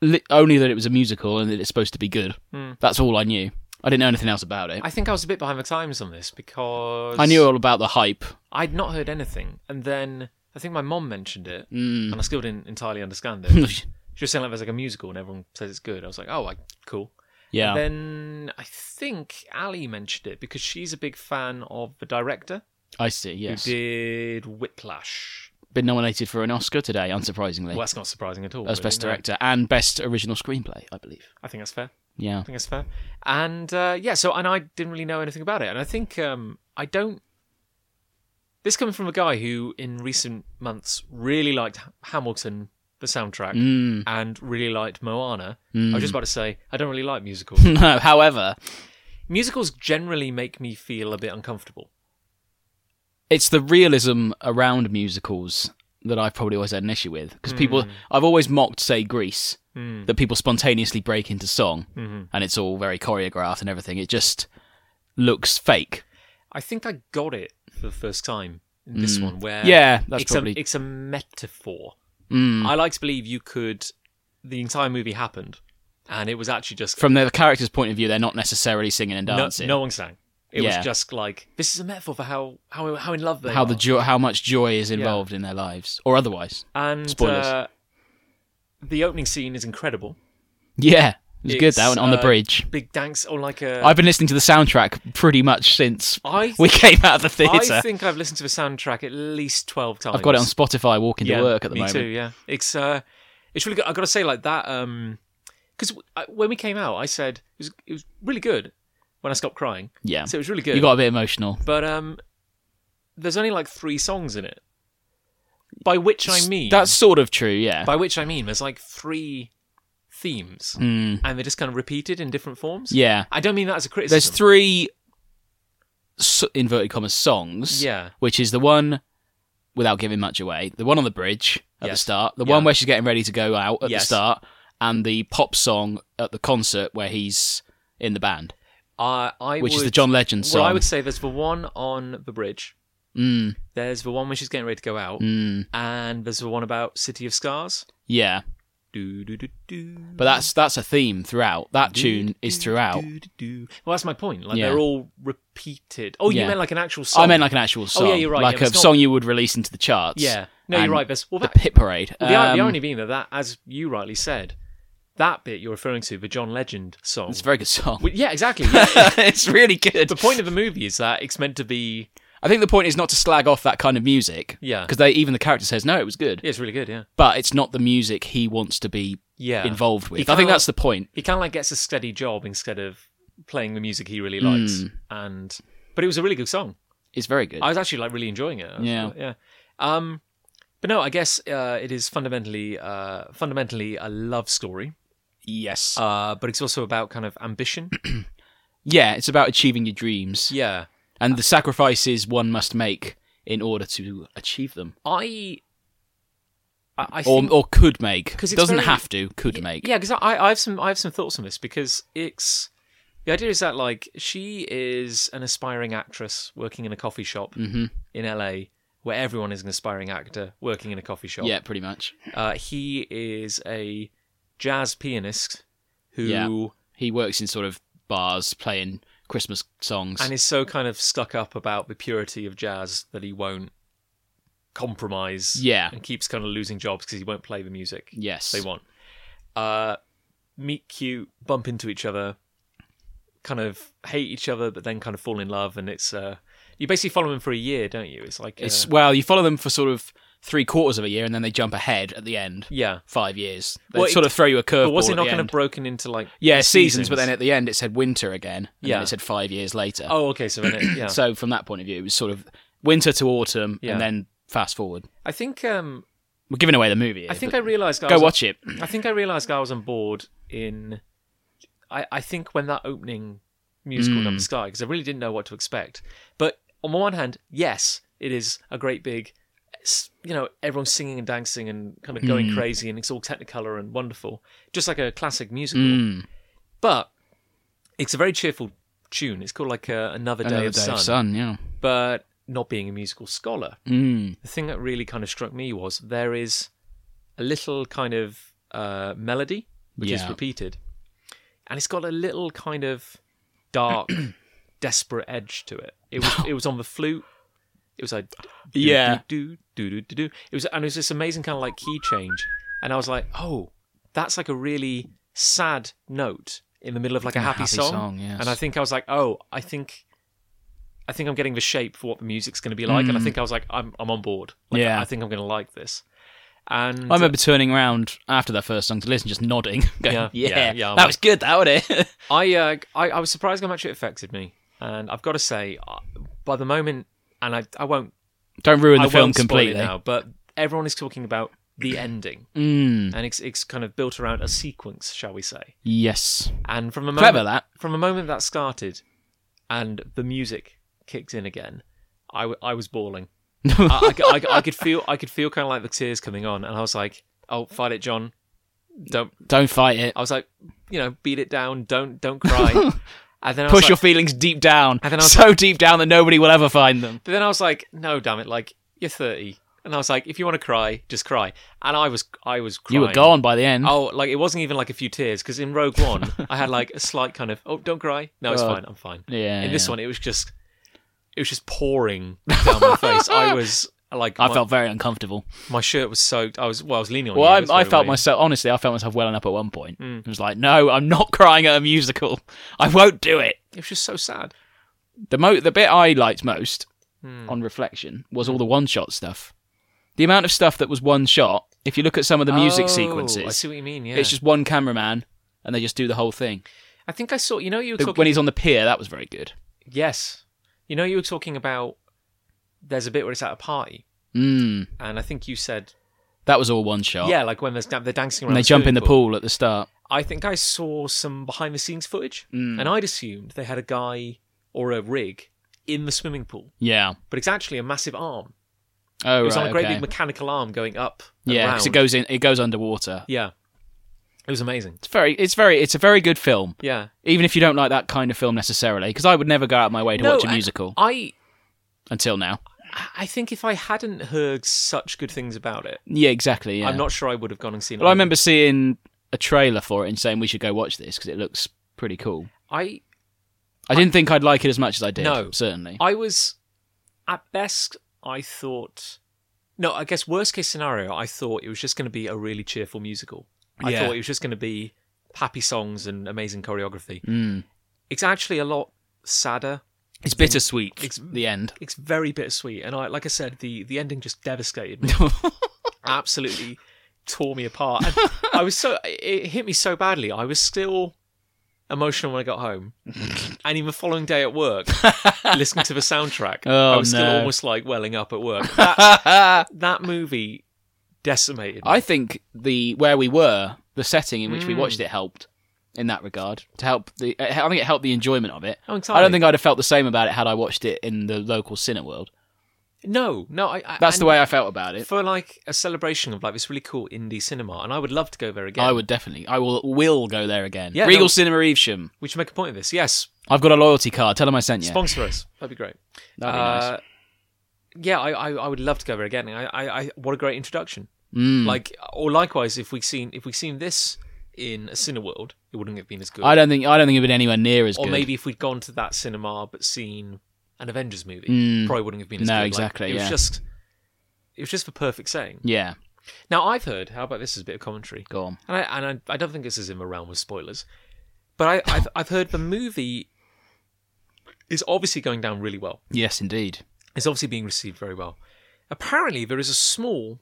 B: Li- only that it was a musical and that it's supposed to be good.
A: Hmm.
B: That's all I knew. I didn't know anything else about it. I,
A: I think I was a bit behind the times on this because
B: knew all about the hype. [laughs]
A: I'd not heard anything, and then I think my mom mentioned it,
B: Mm.
A: and I still didn't entirely understand it.
B: [laughs]
A: she was saying like there's like a musical, and everyone says it's good. I was like, oh, like, cool.
B: Yeah.
A: Then I think Ali mentioned it because she's a big fan of the director
B: I see, yes.
A: who did Whiplash.
B: Been nominated for an Oscar today, unsurprisingly,
A: Well, that's not surprising at all.
B: as
A: really,
B: Best
A: no.
B: Director and Best Original Screenplay, I believe.
A: I think that's fair.
B: Yeah. [laughs]
A: [laughs] I think that's fair. And uh, yeah, so and I didn't really know anything about it, and I think um, I don't. This coming from a guy who, in recent months, really liked H- Hamilton, the soundtrack,
B: Mm.
A: and really liked Moana. I
B: Mm.
A: was just about to say I don't really
B: [laughs]
A: like musicals.
B: no, however,
A: musicals generally make me feel a bit uncomfortable.
B: it's the realism around musicals that I've probably always had an issue with. Because people,
A: Hmm.
B: I've always mocked, say, Greece,
A: Mm.
B: that people spontaneously break into song
A: Mhm.
B: and it's all very choreographed and everything. It just looks fake.
A: I think I got it for the first time in this one, where
B: Mm. yeah, that's
A: it's
B: probably.
A: a it's a metaphor.
B: Mm.
A: I like to believe you could. The entire movie happened, and it was actually just
B: from the character's point of view, they're not necessarily singing and
A: no,
B: dancing.
A: no one sang. It
B: Yeah.
A: was just like this is a metaphor for how how how in love they
B: how
A: are.
B: the jo- how much joy is involved in their lives or otherwise.
A: and
B: spoilers.
A: Uh, the opening scene is incredible.
B: Yeah, it was good
A: It's,
B: that one on the
A: uh,
B: bridge.
A: Big dance on like a
B: I've been listening to the soundtrack pretty much since
A: I
B: [laughs]
A: th- [laughs]
B: we came out of the
A: I
B: theater.
A: think I've listened to the soundtrack at least twelve times.
B: I've got it on Spotify walking to work at the
A: me
B: moment.
A: too. Yeah, it's uh, it's really good. I got to say like that um, because when we came out, I said it was it was really good when I stopped crying.
B: Yeah,
A: So it was really good.
B: you got a bit emotional.
A: but um, there's only like three songs in it. By which I mean
B: That's sort of true. Yeah.
A: By which I mean, there's like three themes,
B: Mm,
A: and they're just kind of repeated in different forms.
B: yeah.
A: I don't mean that as a criticism.
B: There's three s inverted commas songs.
A: Yeah.
B: Which is the one without giving much away, the one on the bridge at the
A: Yes.
B: start, the
A: Yeah.
B: one where she's getting ready to go out at the
A: Yes.
B: start, and the pop song at the concert where he's in the band,
A: Uh, I
B: which is
A: would-
B: the John Legend song.
A: Well, I would say there's the one on the bridge.
B: mm,
A: There's the one when she's getting ready to go out,
B: mm,
A: and there's the one about City of Scars.
B: yeah,
A: Do do do do.
B: but that's that's a theme throughout. That tune is throughout.
A: Do, do, do. Well, that's my point. Like
B: Yeah.
A: they're all repeated. Oh,
B: Yeah.
A: you meant like an actual song?
B: I meant like an actual song,
A: Oh, yeah, you're right,
B: like
A: yeah,
B: a
A: but it's not-
B: song you would release into the charts.
A: yeah. No,
B: and
A: you're right. There's well,
B: the
A: that,
B: Hit Parade.
A: Well, the, ir- the
B: Um,
A: irony being that, that, as you rightly said, that bit you're referring to, the John Legend song.
B: it's a very good song.
A: Well, yeah, exactly. yeah.
B: [laughs]
A: [laughs]
B: it's really good.
A: the point of the movie is that it's meant to be.
B: I think the point is not to slag off that kind of music.
A: Yeah.
B: Because they even the character says no, it was good,
A: Yeah, it's really good. Yeah.
B: but it's not the music he wants to be
A: Yeah.
B: involved with. I
A: kinda
B: think
A: like-
B: that's the point.
A: He kind of like gets a steady job instead of playing the music he really likes.
B: Mm.
A: And but it was a really good song.
B: It's very good.
A: I was actually like really enjoying it. I was-
B: Yeah.
A: Yeah. Um, but no, I guess uh, it is fundamentally uh, fundamentally a love story.
B: yes.
A: Uh, but it's also about kind of
B: [clears throat]
A: ambition.
B: yeah, it's about achieving your dreams
A: yeah.
B: and the sacrifices one must make in order to achieve them,
A: I. I, I
B: or
A: think-
B: or could make.
A: 'Cause it's
B: Doesn't
A: very-
B: have to. Could make.
A: Yeah, because I, I have some I have some thoughts on this because it's the idea is that like she is an aspiring actress working in a coffee shop
B: hmm
A: in LA where everyone Uh, is an aspiring actor working in a coffee shop.
B: Yeah, pretty much.
A: Uh, he is a jazz pianist who
B: Yeah. He works in sort of bars playing Christmas songs.
A: and is so kind of stuck up about the purity of jazz that he won't compromise.
B: Yeah.
A: and keeps kind of losing jobs because he won't play the music
B: yes.
A: they want. Uh, meet cute, bump into each other, kind of hate each other, but then kind of fall in love, and it's uh, you basically follow him for a year, don't you? It's like
B: It's
A: uh,
B: well, you follow them for sort of three quarters of a year, and then they jump ahead at the end.
A: yeah.
B: Five years. They
A: Well, it-
B: sort of throw you a curveball.
A: But was it
B: at
A: not
B: the
A: kind of
B: end.
A: broken into like
B: yeah seasons, But then at the end, it said winter again. And
A: Yeah.
B: Then it said five years later.
A: oh okay so then it, yeah
B: [coughs] So from that point of view, it was sort of winter to autumn,
A: Yeah.
B: and then fast forward.
A: I think um
B: We're giving away the movie. here,
A: I think
B: but
A: I realized
B: go watch it.
A: I think I realized I was on board in I I think when that opening musical number started because I really didn't know what to expect but on the one hand yes it is a great big s- you know everyone's singing and dancing and kind of going crazy and it's all technicolor and wonderful just like a classic musical
B: Mm.
A: but it's a very cheerful tune it's called like uh, another day,
B: Another
A: of, sun,
B: yeah.
A: but not being a musical scholar
B: Mm.
A: the thing that really kind of struck me was there is a little kind of uh, melody which is
B: Yeah.
A: repeated, and it's got a little kind of
B: [clears throat]
A: dark, desperate edge to it. It was it was on the flute. It was like do,
B: Yeah.
A: do do do do do. It was and it was this amazing kind of like key change, and I was like, oh, that's like a really sad note in the middle of like a happy,
B: happy
A: song.
B: song, yes.
A: And I think I was like, oh, I think. I think I'm getting the shape for what the music's going to be like, and I think I was like, I'm I'm on board. Like,
B: Mm. Yeah.
A: I think I'm going to like this. And
B: I remember turning around after that first song to listen, just nodding. [laughs] Going,
A: Yeah,
B: yeah,
A: yeah, yeah, I'm
B: that
A: like-
B: was good. That was it. [laughs]
A: I, uh, I I was surprised how much it affected me, and I've got to say, uh, by the moment, and I I won't
B: Don't ruin
A: I
B: the film
A: won't spoil it
B: completely.
A: now, but everyone is talking about
B: [clears throat]
A: the ending,
B: Mm.
A: and it's it's kind of built around a sequence, shall we say?
B: Yes,
A: And from a moment,
B: clever that.
A: from a moment that started, and the music kicked in again, I, w- I was
B: [laughs]
A: bawling. I, I, I- I could feel I could feel kind of like the tears coming on, and I was like, "Oh, fight it, John! Don't
B: Don't fight it.
A: I was like, you know, beat it down. Don't don't
B: [laughs]
A: cry. and then I was
B: Push
A: like,
B: your feelings deep down,
A: And then I was
B: [laughs] so deep down that nobody will ever find them.
A: But then I was like, no, damn it, like you're thirty. And I was like, if you want to cry, just cry. And I was I was
B: You
A: crying.
B: were gone by the end.
A: Oh, like it wasn't even like a few tears because in Rogue
B: [laughs]
A: One I had like a slight kind of oh don't cry no it's
B: Oh.
A: fine I'm fine.
B: yeah.
A: in this
B: yeah.
A: one it was just it was just pouring down my face. [laughs] I was like
B: I
A: my,
B: felt very uncomfortable.
A: my shirt was soaked. I was well I was leaning on.
B: Well,
A: you,
B: I,
A: that's
B: I
A: very
B: felt
A: weird. Hmm.
B: myself honestly. I felt myself welling up at one point. It was like, no, I'm not [laughs] crying at a musical. I won't do it.
A: It was just so sad.
B: The mo- the bit I liked most
A: Hmm.
B: on reflection was all the one shot stuff. The amount of stuff that was one shot. If you look at some of the music
A: Oh,
B: sequences,
A: I see what you mean. Yeah,
B: it's just one cameraman and they just do the whole thing.
A: I think I saw. You know you were
B: The-
A: talking
B: when he's on the pier, that was very good.
A: Yes. You know, you were talking about there's a bit where it's at a party,
B: Mm,
A: and I think you said
B: that was all one shot.
A: yeah, like when there's they're dancing around.
B: when they
A: the
B: jump in the
A: swimming
B: pool at the start.
A: I think I saw some behind the scenes footage,
B: Mm.
A: and I'd assumed they had a guy or a rig in the swimming pool,
B: Yeah.
A: but it's actually a massive arm.
B: Oh
A: It was
B: right.
A: on a great
B: okay.
A: big mechanical arm going up. And
B: yeah,
A: round.
B: because it goes in. It goes underwater.
A: yeah, it was amazing.
B: It's very. It's very. It's a very good film.
A: Yeah,
B: even if you don't like that kind of film necessarily, because I would never go out of my way to
A: No,
B: watch a
A: I-
B: musical
A: I
B: until now.
A: I think if I hadn't heard such good things about it,
B: Yeah, exactly. Yeah.
A: I'm not sure I would have gone and seen.
B: Well, I
A: it.
B: remember seeing a trailer for it and saying we should go watch this because it looks pretty cool.
A: I
B: I didn't think I'd like it as much as I did.
A: No.
B: certainly.
A: I was at best I thought no, I guess worst case scenario, I thought it was just going to be a really cheerful musical. I
B: Yeah.
A: thought it was just going to be happy songs and amazing choreography.
B: Mm.
A: It's actually a lot sadder.
B: It's bittersweet.
A: It's-
B: the end.
A: It's very bittersweet, and I, like I said, the the ending just
B: [laughs]
A: devastated me. Absolutely tore me apart. And I was so it hit me so badly. I was still emotional when I got home, and even the following day
B: [laughs]
A: at work, listening to the soundtrack, I
B: Oh,
A: was still
B: no.
A: almost like welling up
B: [laughs]
A: at work.
B: I
A: that movie decimated. me.
B: think the where we were, the setting in which we
A: Mm.
B: watched it helped in that regard to help the. I think it helped the enjoyment of it.
A: Oh, entirely.
B: I don't think I'd have felt the same about it had I watched it in the local cine world.
A: No, no. I, I,
B: That's the
A: and
B: way I felt about it.
A: for like a celebration of like this really cool indie cinema, and I would love to go there again.
B: I would definitely. I will will go there again.
A: Yeah,
B: Regal
A: no-
B: Cinema Evesham.
A: We should make a point of this. Yes,
B: I've got a loyalty card. Tell them I sent you.
A: sponsor us. That'd be great.
B: That'd be nice.
A: Uh, Yeah, I, I, I would love to go there again. I, I, I what a great introduction.
B: Mm.
A: Like, or likewise, if we have seen if we have seen this in a Cineworld, it wouldn't have been as good.
B: I don't think I don't think it'd been anywhere near as
A: or
B: good.
A: maybe if we'd gone to that cinema but seen an Avengers movie,
B: Mm.
A: probably wouldn't have been as
B: No,
A: good. Like,
B: exactly,
A: it was
B: yeah.
A: just it was just the perfect saying.
B: yeah,
A: Now I've heard. How about this as a bit of commentary?
B: go on.
A: And I and I, I don't think this is in the realm of spoilers, but I I've, I've heard the movie is obviously going down really well.
B: Yes, indeed.
A: It's obviously being received very well. Apparently, there is a small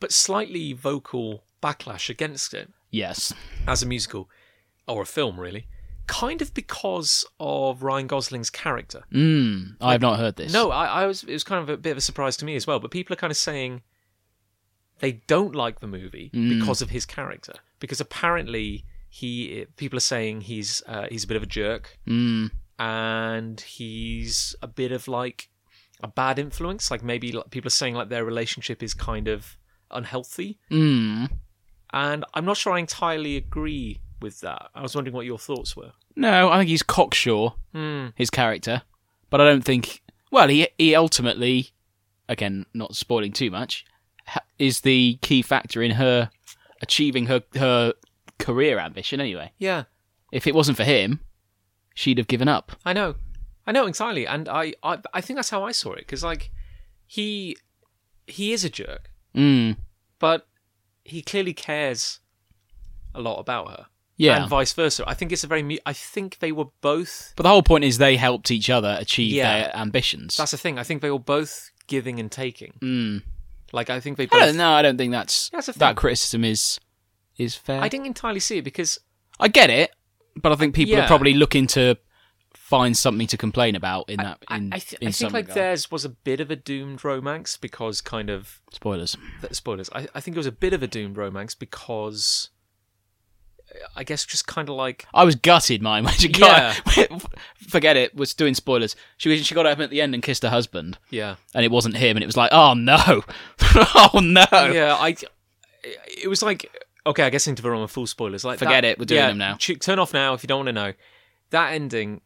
A: but slightly vocal backlash against it
B: Yes.
A: as a musical or a film, really, kind of because of Ryan Gosling's character.
B: Mm, I have not heard this.
A: No, I, I was. It was kind of a bit of a surprise to me as well. But people are kind of saying they don't like the movie because of his character, because apparently he. People are saying he's uh, he's a bit of a jerk
B: Mm,
A: and he's a bit of like a bad influence. Like maybe like, people are saying like their relationship is kind of unhealthy,
B: mm.
A: and I'm not sure I entirely agree with that. I was wondering what your thoughts were.
B: No, I think he's cocksure,
A: Hmm.
B: his character, but I don't think. Well, he he ultimately, again, not spoiling too much, ha- is the key factor in her achieving her her career ambition. Anyway,
A: Yeah,
B: if it wasn't for him, she'd have given up.
A: I know, I know entirely, and I I, I think that's how I saw it because like he he is a jerk, Hmm.
B: Mm,
A: but he clearly cares a lot about her,
B: yeah.
A: and vice versa. I think it's a very. mu- I think they were both.
B: but the whole point is they helped each other achieve
A: Yeah.
B: their ambitions.
A: That's the thing. I think they were both giving and taking.
B: Mm.
A: Like I think they both.
B: I don't know. I don't think that's,
A: That's the thing.
B: that criticism is is fair.
A: I didn't entirely see it because
B: I get it, but I think people
A: Yeah.
B: are probably looking to find something to complain about in that.
A: I,
B: in,
A: I, th-
B: in
A: I
B: some
A: think like
B: regard.
A: theirs was a bit of a doomed romance because kind of
B: spoilers.
A: th- spoilers. I, I think it was a bit of a doomed romance because I guess just kind of like
B: I was gutted. Mine [laughs] when she got [laughs] forget it. Was doing spoilers. She was- she got home at the end and kissed her husband,
A: yeah
B: and it wasn't him, and it was like, oh no, [laughs] oh no.
A: yeah I it was like okay I guess into the realm of full spoilers like
B: Forget
A: that-
B: it, we're doing
A: yeah,
B: them now.
A: ch- Turn off now if you don't want to know. That ending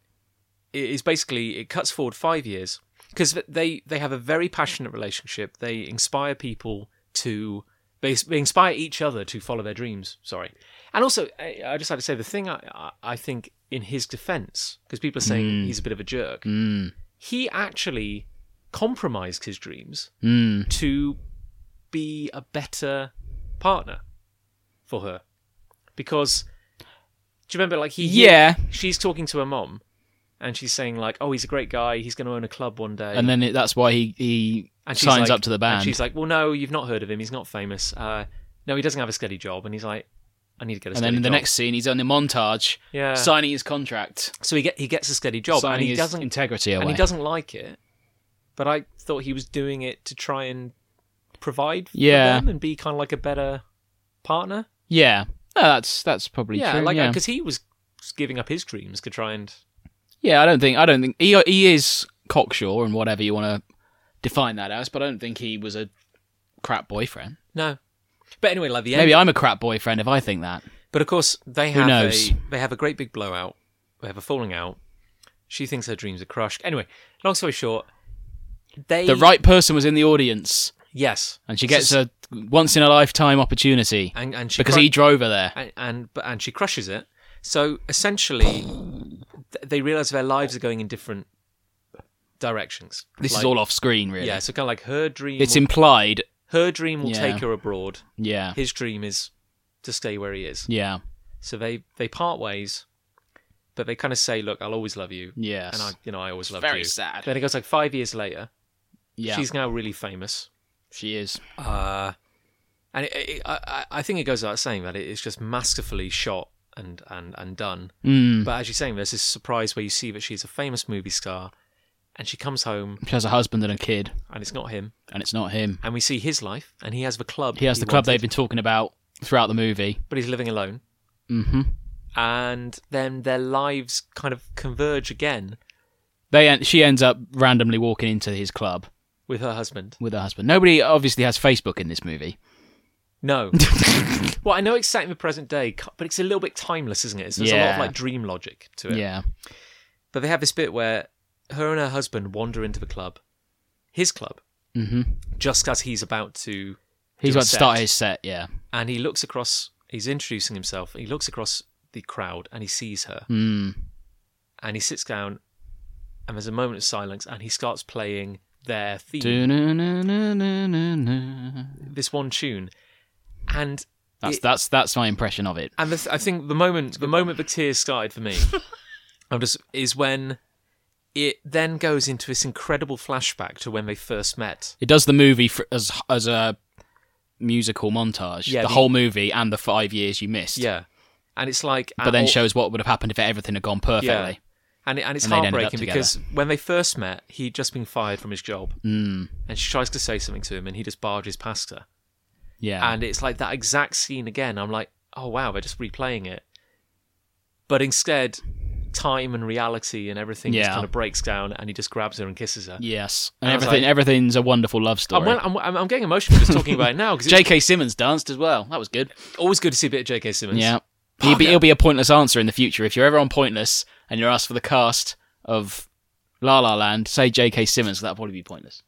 A: i- is basically it cuts forward five years because they they have a very passionate relationship. They inspire people to they, they inspire each other to follow their dreams. Sorry, and also I, I just had to say the thing I I, I think in his defence because people are saying he's a bit of a jerk.
B: Mm,
A: He actually compromised his dreams
B: mm.
A: to be a better partner for her because do you remember like he
B: Yeah,
A: she's talking to her mom and she's saying like oh he's a great guy he's going to own a club one day
B: and then it, that's why he he
A: And she's
B: signs
A: like-
B: up to the
A: and
B: band.
A: she's like well no you've not heard of him he's not famous uh, no he doesn't have a steady job and he's like i need to get a
B: and
A: steady
B: then in the
A: job.
B: next scene, he's on the montage
A: yeah
B: signing his contract,
A: so he get he gets a steady job
B: signing
A: Uh, and he
B: his
A: doesn't
B: integrity away.
A: and he doesn't like it but i thought he was doing it to try and provide for
B: Yeah.
A: them and be kind of like a better partner
B: Yeah, no, that's that's probably
A: yeah,
B: true.
A: like
B: yeah.
A: because he was giving up his dreams to try and
B: Yeah, I don't think I don't think he he is cocksure and whatever you want to define that as, but I don't think he was a crap boyfriend.
A: no. But anyway, like the
B: Maybe
A: end.
B: I'm a crap boyfriend if I think that.
A: But of course, they have
B: knows?
A: a they have a great big blowout. They have a falling out. She thinks her dreams are crushed. Anyway, long story short, they
B: The right person was in the audience,
A: yes,
B: and she gets a once in a lifetime opportunity
A: and and she
B: because
A: cru-
B: he drove her there.
A: and, and but and she crushes it. So essentially, th- they realize their lives are going in different directions.
B: This
A: Like-
B: is all off screen, really.
A: yeah. So kind of like her dream,
B: It's implied.
A: her dream will
B: Yeah.
A: take her abroad.
B: Yeah,
A: His dream is to stay where he is.
B: yeah,
A: So they they part ways, but they kind of say, "Look, I'll always love you,"
B: yes.
A: and I, you know, I always loved
B: Very
A: you.
B: sad.
A: Then it goes like five years later.
B: yeah,
A: She's now really famous,
B: she is.
A: uh, and it, it, I, I- I think it goes without saying that it is just masterfully shot and and and done.
B: Mm.
A: But as you're saying, there's this surprise where you see that she's a famous movie star, and she comes home,
B: She has a husband and a kid,
A: and it's not him,
B: and it's not him.
A: and we see his life, and he has the club.
B: He has the club they've
A: wanted,
B: been talking about throughout the movie.
A: but he's living alone.
B: hmm
A: And then their lives kind of converge again
B: They en- she ends up randomly walking into his club.
A: with her husband.
B: with her husband. Nobody obviously has Facebook in this
A: [laughs]
B: movie. [laughs]
A: No. well, I know it's set in the present day, cu- but it's a little bit timeless, isn't it? So there's a lot of
B: Yeah.
A: like dream logic to it.
B: Yeah.
A: But they have this bit where her and her husband wander into the club, his club,
B: hmm
A: just as he's about to,
B: He's
A: do
B: about
A: a
B: to
A: set.
B: start his set, yeah.
A: and he looks across He's introducing himself. He looks across the crowd and he sees her.
B: Mm.
A: And he sits down and there's a moment of silence and he starts playing their theme,
B: Du-na-na-na-na-na.
A: this one tune. And
B: That's
A: It-
B: that's that's my impression of it.
A: And this, I think the moment the moment the tears
B: [laughs]
A: started for me, I'm just is when it then goes into this incredible flashback to when they first met.
B: It does the movie for, as as a musical montage,
A: Yeah,
B: the,
A: the-
B: whole movie and the five years you missed.
A: Yeah, and it's like
B: but then shows what would have happened if everything had gone perfectly.
A: yeah, and it, and it's
B: And they'd ended up
A: heartbreaking
B: together.
A: because when they first met, he'd just been fired from his job,
B: Hmm.
A: and she tries to say something to him, and he just barges past her,
B: Yeah.
A: and it's like that exact scene again. I'm like, oh wow, they're just replaying it, but instead. Time and reality and everything just
B: Yeah.
A: kind of breaks down, and he just grabs her and kisses her.
B: yes, and
A: I was
B: everything
A: like-
B: everything's a wonderful love
A: I'm,
B: story.
A: well, I'm, I'm I'm getting emotional just talking about it
B: [laughs]
A: now because it's
B: J.K. Simmons danced as well. That was good.
A: always good to see a bit of J.K. Simmons.
B: Yeah, he'll be
A: Fucker.
B: he'll be a pointless answer in the future if you're ever on pointless and you're asked for the cast of La La Land. Say J.K. Simmons. That'll probably be pointless.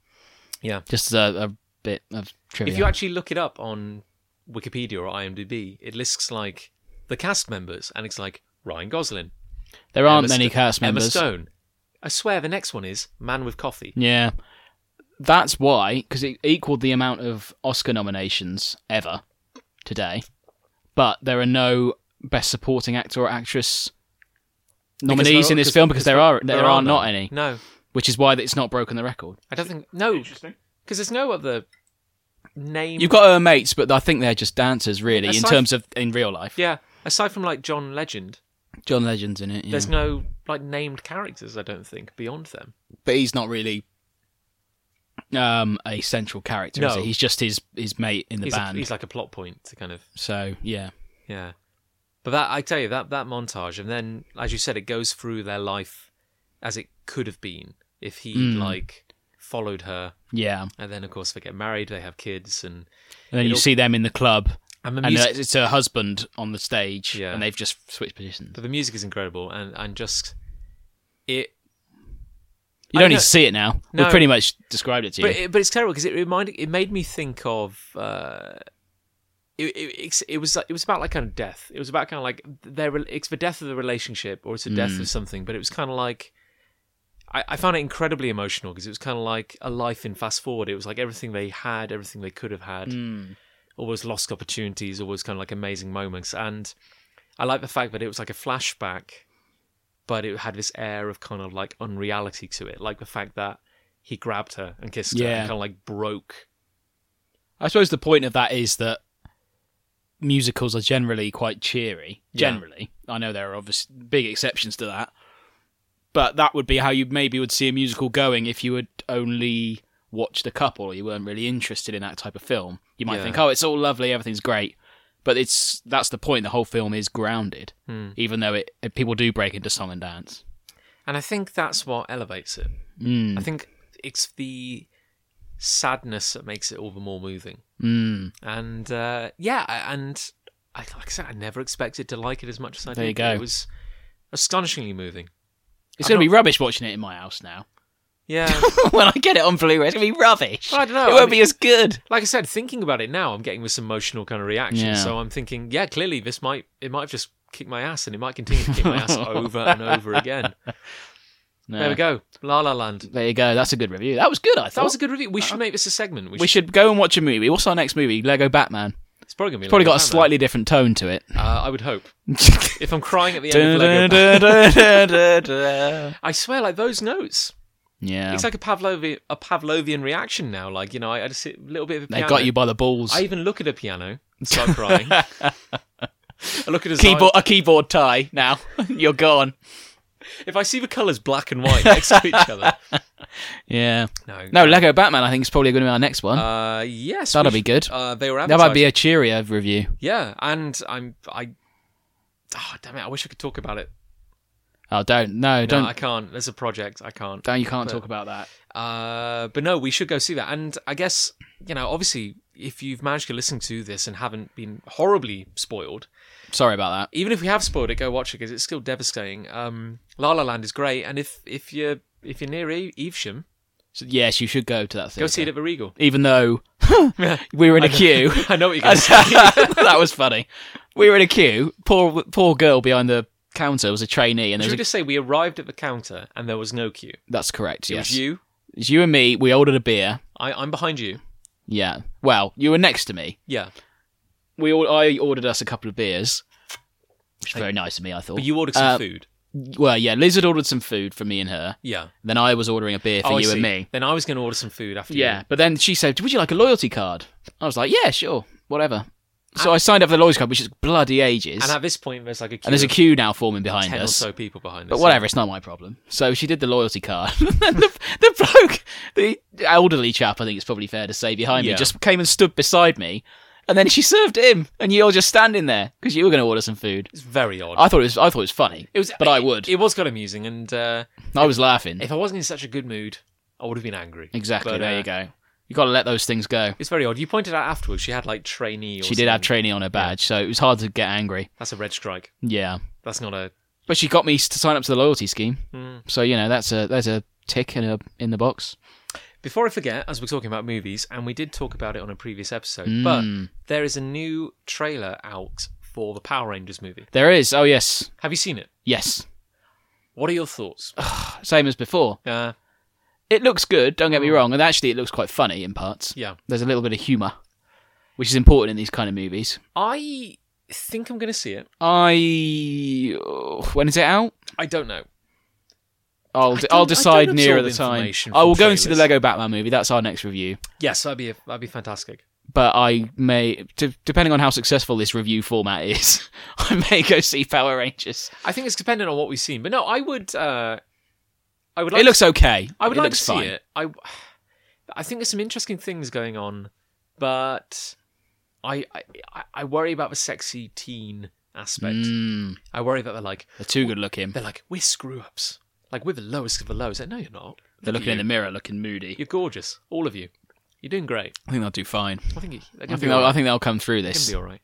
A: Yeah.
B: just as a, a bit of trivia.
A: If you actually look it up on Wikipedia or IMDb, it lists like the cast members, and it's like Ryan Gosling,
B: there aren't
A: Emma
B: many
A: Sto-
B: cast members.
A: Emma Stone. I swear the next one is Man with Coffee.
B: Yeah. That's why, because it equaled the amount of Oscar nominations ever today, but there are no Best Supporting Actor or Actress
A: Because
B: nominees
A: there-
B: in this
A: because-
B: film because there are there, are, not
A: none.
B: any,
A: No,
B: which is why it's not broken the record.
A: I don't think no because
C: Interesting.
A: there's no other name.
B: You've got her mates, but I think they're just dancers, really, in
A: Aside-
B: terms of in real life.
A: yeah. Aside from like John Legend,
B: John Legend's in it, yeah.
A: there's no like named characters. I don't think beyond them.
B: but he's not really um, a central character. Is
A: No.
B: he? He's just his his mate in the
A: He's, a-
B: band.
A: he's like a plot point to kind of
B: so yeah,
A: Yeah. But that I tell you that that montage and then as you said it goes through their life as it could have been if he
B: Mm.
A: like followed her
B: yeah.
A: and then of course they get married they have kids and
B: And then you
A: It'll-
B: see them in the club,
A: and the
B: and uh,
A: music
B: it's her husband on the stage,
A: Yeah.
B: and they've just switched positions.
A: but the music is incredible and and just it
B: You
A: I
B: don't need
A: know-
B: to see it now.
A: No.
B: We've pretty much described it to you.
A: but it, but it's terrible because it reminded it made me think of uh it, it, it's- it was like- it was about like kind of death. It was about kind of like their re- it's the death of the relationship or it's the death of something. But it was kind of like I, I found it incredibly emotional because it was kind of like a life in fast forward. It was like everything they had, everything they could have had,
B: Mm.
A: always lost opportunities, always kind of like amazing moments. And I like the fact that it was like a flashback, but it had this air of kind of like unreality to it, like the fact that he grabbed her and kissed her
B: Yeah.
A: and kind of like broke
B: I suppose the point of that is that musicals are generally quite cheery.
A: Yeah.
B: Generally, I know there are obvious big exceptions to that, but that would be how you maybe would see a musical going if you had only watched a couple or you weren't really interested in that type of film. You might
A: Yeah.
B: think, "Oh, it's all lovely, everything's great," but it's that's the point. The whole film is grounded,
A: Hmm.
B: even though it, it people do break into song and dance.
A: And I think that's what elevates it.
B: Mm.
A: I think it's the sadness that makes it all the more moving.
B: Mm.
A: And uh, yeah, I- and I, like I said, I never expected to like it as much as I
B: There
A: did.
B: you go.
A: It was
B: [laughs]
A: astonishingly moving.
B: It's
A: I'm
B: going to be rubbish watching it in my house now. [laughs]
A: Yeah,
B: when I get it on Blu-ray, it's going to be rubbish.
A: Well, I don't know.
B: It
A: I
B: won't
A: mean-
B: be as good.
A: like I said, thinking about it now, I'm getting this emotional kind of reaction.
B: Yeah.
A: So I'm thinking, yeah, clearly this might it might have just kick my ass, and it might continue to kick my
B: [laughs]
A: ass over and over again.
B: No.
A: There we go, La La Land.
B: There you go. That's a good review. That was good. I thought.
A: That was a good review. We should make this a segment. We,
B: Uh, we
A: should,
B: should go and watch a movie. What's our next movie? Lego Batman.
A: It's probably gonna be
B: It's probably
A: Lego
B: got a
A: Batman.
B: slightly different tone to [laughs] it.
A: Uh, I would hope. If I'm crying at the end of Lego I swear, like those notes.
B: Yeah,
A: It's like a Pavlovian, a Pavlovian reaction now. Like you know, I, I just hit a little bit of a
B: they
A: piano.
B: got you by the balls.
A: I even look at a piano, and
B: [laughs]
A: start crying. I look at a
B: Keyboard, a keyboard tie. Now [laughs] you're gone.
A: If I see the colours black and white next to each
B: [laughs]
A: other,
B: Yeah.
A: no,
B: No, Lego Batman. I think is probably going to be our next one.
A: Uh, yes,
B: That'll
A: we
B: be good.
A: Uh, they were
B: that might be
A: advertising-
B: a cheerier review.
A: yeah, and I'm I. Oh, damn it! I wish I could talk about it.
B: Oh, don't. No,
A: No,
B: don't.
A: I can't. There's a project I can't.
B: don't. You can't talk about that.
A: Uh, but no, we should go see that. And I guess, you know, obviously, if you've managed to listen to this and haven't been horribly spoiled,
B: Sorry about that.
A: even if we have spoiled it, go watch it because it's still devastating. Um, La La Land is great. And if, if you're if you're near E- Evesham,
B: So, yes, you should go to that.
A: go see it
B: theatre. [laughs]
A: at the Regal.
B: Even though we were in a queue.
A: [laughs] I know what you're going
B: And-
A: to say.
B: that was funny. We were in a queue. Poor poor girl behind the counter was a trainee, and there was
A: Should
B: a,
A: we just say we arrived at the counter and there was no queue?
B: that's correct.
A: It
B: Yes,
A: was you.
B: It's you and me. We ordered a beer.
A: I, I'm behind you.
B: Yeah. Well, you were next to me.
A: Yeah.
B: We all, I ordered us a couple of beers, which was very nice of me. I thought.
A: But you ordered some
B: Uh,
A: food.
B: Well, yeah. Liz had ordered some food for me and her.
A: Yeah.
B: Then I was ordering a beer for
A: Oh, I
B: you
A: see.
B: and me.
A: Then I was going to order some food after you.
B: Yeah. But then she said, "Would you like a loyalty card?" I was like, "Yeah, sure, whatever." So I signed up for the loyalty card, which is bloody ages.
A: Ah. And
B: And,
A: at this point, there's like a queue
B: there's a
A: of
B: queue now forming behind
A: ten
B: us.
A: or so people behind us.
B: But whatever, it's not my problem. So she did the loyalty card. [laughs] And the, the bloke, the elderly chap, I think it's probably fair to say, behind
A: Yeah.
B: me, just came and stood beside me. And then she served him, and you're just standing there because you were going to order some food.
A: It's very odd.
B: I thought it was, I thought it was funny,
A: it was,
B: but I
A: it-
B: would.
A: It was kind of amusing, and uh,
B: I was laughing.
A: if I wasn't in such a good mood, I would have been angry.
B: exactly.
A: But,
B: there
A: uh,
B: you go. You got to let those things go.
A: It's very odd. You pointed out afterwards she had like trainee. Or
B: She did have
A: something.
B: trainee on her badge, so it was hard to get angry.
A: That's a red strike.
B: Yeah,
A: That's not a.
B: but she got me to sign up to the loyalty scheme.
A: Mm.
B: So you know that's a there's a tick in a in the box.
A: Before I forget, as we're talking about movies, and we did talk about it on a previous episode,
B: Mm.
A: but there is a new trailer out for the Power Rangers movie.
B: There is. Oh yes,
A: Have you seen it?
B: yes.
A: What are your thoughts?
B: Same as before.
A: Uh,
B: It looks good, don't
A: Hmm.
B: get me wrong, and actually it looks quite funny in parts.
A: yeah,
B: There's a little bit of humour, which is important in these kind of movies.
A: I think I'm going to see it.
B: I oh, when is it out?
A: I don't know.
B: I'll
A: I
B: d-
A: don't- I
B: I'll
A: don't
B: decide
A: absorb
B: nearer the time.
A: information
B: I
A: from
B: will go and see the
A: trailers.
B: Lego Batman movie. That's our next review.
A: Yes, that'd be a, that'd be fantastic.
B: But I may, d- depending on how successful this review format is, [laughs] I may go see Power Rangers.
A: I think it's dependent on what we've seen, but no, I would. Uh, I would. Like
B: it looks okay.
A: I would
B: it
A: like
B: looks
A: to see
B: fine.
A: it. I, I think there's some interesting things going on, but I I, I- I worry about the sexy teen aspect.
B: Mm,
A: I worry that they're like
B: they're too good looking.
A: they're like we're screw ups. Like we're the lowest of the lows. Like, no, you're not.
B: They're
A: Look
B: looking in
A: at
B: the
A: you.
B: mirror, looking moody.
A: You're gorgeous, all of you. You're doing great.
B: I think they'll do fine.
A: I think you- they're
B: I
A: gonna
B: think
A: be
B: they'll,
A: all
B: I
A: right.
B: think they'll come through
A: They're
B: this.
A: gonna be all right.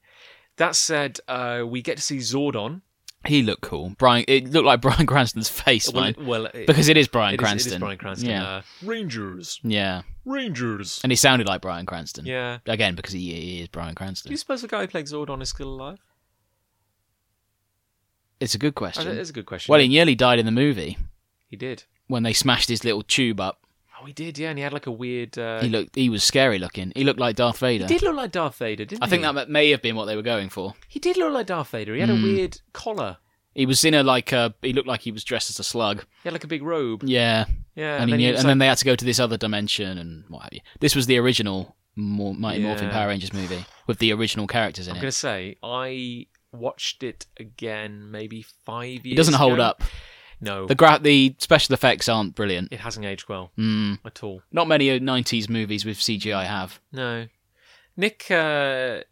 A: That said, uh, we get to see Zordon.
B: He looked cool. Brian. It looked like [laughs] Brian Cranston's face,
A: Well,
B: mine.
A: it- well, it-
B: because it is Brian
A: it is-
B: Cranston.
A: It is Brian Cranston.
B: Yeah.
A: Uh, Rangers,
B: yeah.
A: Rangers.
B: And he sounded like Brian Cranston.
A: Yeah.
B: Again, because he, he is Brian
A: Do
B: Cranston.
A: you suppose the guy who played Zordon is still alive?
B: It's a good
A: Oh, that
B: question.
A: is a good question.
B: Well, he nearly died in the movie
A: He did.
B: when they smashed his little tube up.
A: Oh, he did. Yeah, and he had like a weird. Uh,
B: He
A: he,
B: looked. He was scary looking. He looked like Darth Vader.
A: did look like Darth Vader, didn't
B: I
A: he?
B: think that Hmm. may have been what they were going for.
A: he did look like Darth Vader. He had a weird collar.
B: He was in a like a. He looked like he was dressed as a slug.
A: He had like a big robe.
B: Yeah.
A: Yeah,
B: and
A: and,
B: he
A: then he
B: knew-
A: was
B: and then they had to go to this other dimension and what have you. This was the original Mor- Mighty Morphin
A: Yeah.
B: Power Rangers movie with the original characters in
A: I'm
B: it.
A: gonna say I watched it again maybe five years.
B: It doesn't hold
A: ago.
B: up.
A: No,
B: The gra- the special effects aren't brilliant.
A: it hasn't aged well
B: Mm.
A: at all.
B: Not many 90s movies with CGI have.
A: No, Nick. Uh,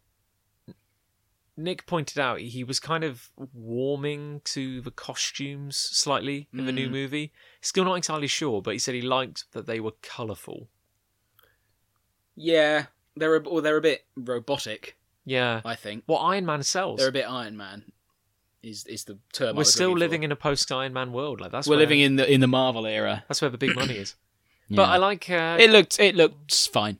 A: Nick pointed out he was kind of warming to the costumes slightly in the new
B: Mm.
A: movie. Still not entirely sure, but he said he liked that they were colourful.
B: Yeah, they're a, or they're a bit robotic,
A: Yeah.
B: I think.
A: What Iron Man sells.
B: bit Iron Man. Is is the term
A: We're still living in a post Iron Man world. Like that's
B: We're
A: where,
B: living in the in the Marvel era.
A: That's where the big
B: [clears throat]
A: money is. But I like uh,
B: it looked it looked fine.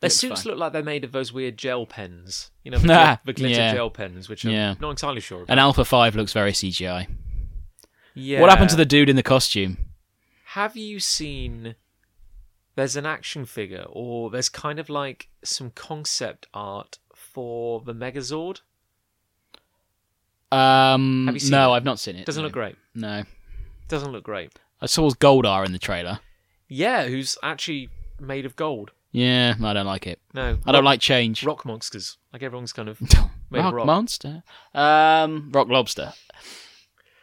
A: their
B: looks
A: suits
B: fine.
A: look like they're made of those weird gel pens.
B: [laughs]
A: You know, the,
B: Nah,
A: gl- the glitter
B: yeah.
A: gel pens, which I'm
B: Yeah.
A: not entirely sure. About.
B: And Alpha Five looks very CGI.
A: Yeah.
B: What happened to the dude in the costume?
A: Have you seen? There's an action figure, or there's kind of like some concept art for the Megazord.
B: Um,
A: Have you seen
B: no,
A: it?
B: I've not seen it.
A: Doesn't
B: no.
A: look great.
B: No,
A: Doesn't look great.
B: I saw Goldar in the trailer.
A: Yeah, who's actually made of gold?
B: Yeah, I don't like it.
A: No,
B: I don't like change.
A: rock monsters. Like everyone's kind of made
B: rock,
A: of rock.
B: monster. Um, rock lobster.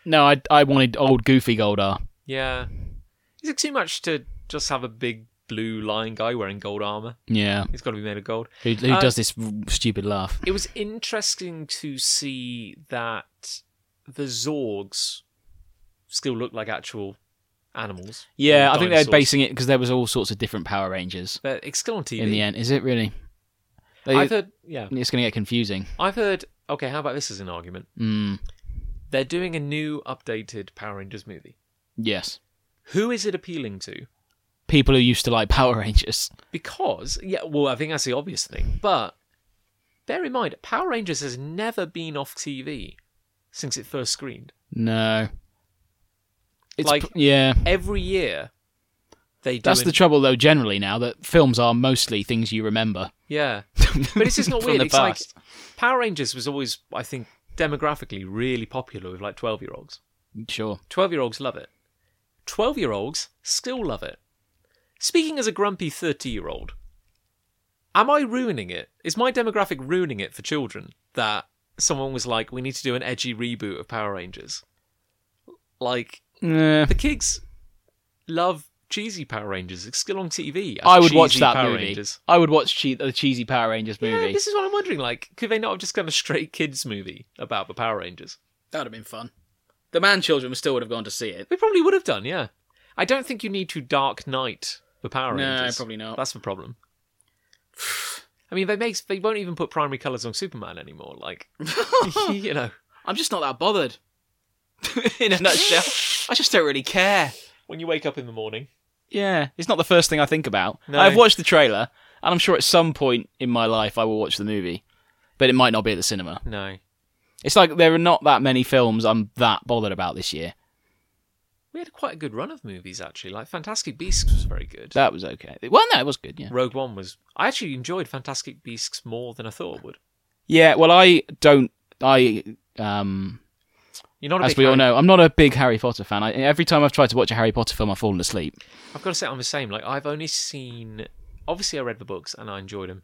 B: No, I I wanted old goofy Goldar.
A: Yeah. Is it too much to just have a big blue lion guy wearing gold armor?
B: Yeah,
A: He's got to be made of gold.
B: who, who
A: Uh,
B: does this r- stupid laugh?
A: It was interesting to see that the Zorgs still look like actual animals.
B: Yeah,
A: Or
B: I think they're
A: dinosaurs.
B: basing it because there was all sorts of different Power Rangers
A: But it's still on TV.
B: in the end. Is it really? They-
A: I've heard. Yeah,
B: it's going to get confusing.
A: I've heard. Okay, how about this as an argument?
B: Mm,
A: They're doing a new, updated Power Rangers movie.
B: yes,
A: Who is it appealing to?
B: people who used to like [laughs] Power Rangers.
A: Because, yeah, well, I think that's the obvious thing. But bear in mind, Power Rangers has never been off TV since it first screened.
B: No. It's
A: Like-
B: p- yeah.
A: Every year, they do.
B: That's
A: an-
B: the trouble though generally now that films are mostly things you remember.
A: yeah. But it's just not
B: [laughs] From
A: weird.
B: the
A: It's like
B: past.
A: Power Rangers was always, I think, demographically really popular with like 12 year olds.
B: Sure.
A: 12 year olds love it. 12 year olds still love it. Speaking as a grumpy 30 year old, am I ruining it? Is my demographic ruining it for children that someone was like, we need to do an edgy reboot of Power Rangers? Like,
B: Nah.
A: the kids love cheesy Power Rangers. It's still on TV. as
B: I would watch
A: cheesy
B: that
A: Power
B: movie.
A: Rangers.
B: I would watch che- the cheesy Power Rangers movie.
A: Yeah, this is what I'm wondering. Like, could they not have just done a straight kids movie about the Power Rangers?
B: That would have been fun. The man children still would have gone to see it.
A: We probably would have done, yeah. I don't think you need to Dark Knight the Power
B: No,
A: Rangers.
B: probably not.
A: That's the problem. [sighs] I mean, they make they won't even put primary colors on Superman anymore.
B: [laughs]
A: Like, [laughs] you know,
B: I'm just not that bothered. [laughs] in a nutshell, I just don't really care.
A: when you wake up in the morning,
B: Yeah, it's not the first thing I think about.
A: No.
B: I've watched the trailer, and I'm sure at some point in my life I will watch the movie, but it might not be at the cinema.
A: no,
B: It's like there are not that many films I'm that bothered about this year.
A: we had quite a good run of movies actually. Like, Fantastic Beasts was very good.
B: That was okay. Well, no, it was good. Yeah.
A: Rogue One was. I actually enjoyed Fantastic Beasts more than I thought I would.
B: Yeah. Well, I don't. I um,
A: You're not a
B: as
A: big
B: we all
A: Harry-
B: know, I'm not a big Harry Potter fan. I, every time I've tried to watch a Harry Potter film, I've fallen asleep.
A: I've got to say, I'm the same. Like, I've only seen. Obviously, I read the books and I enjoyed them.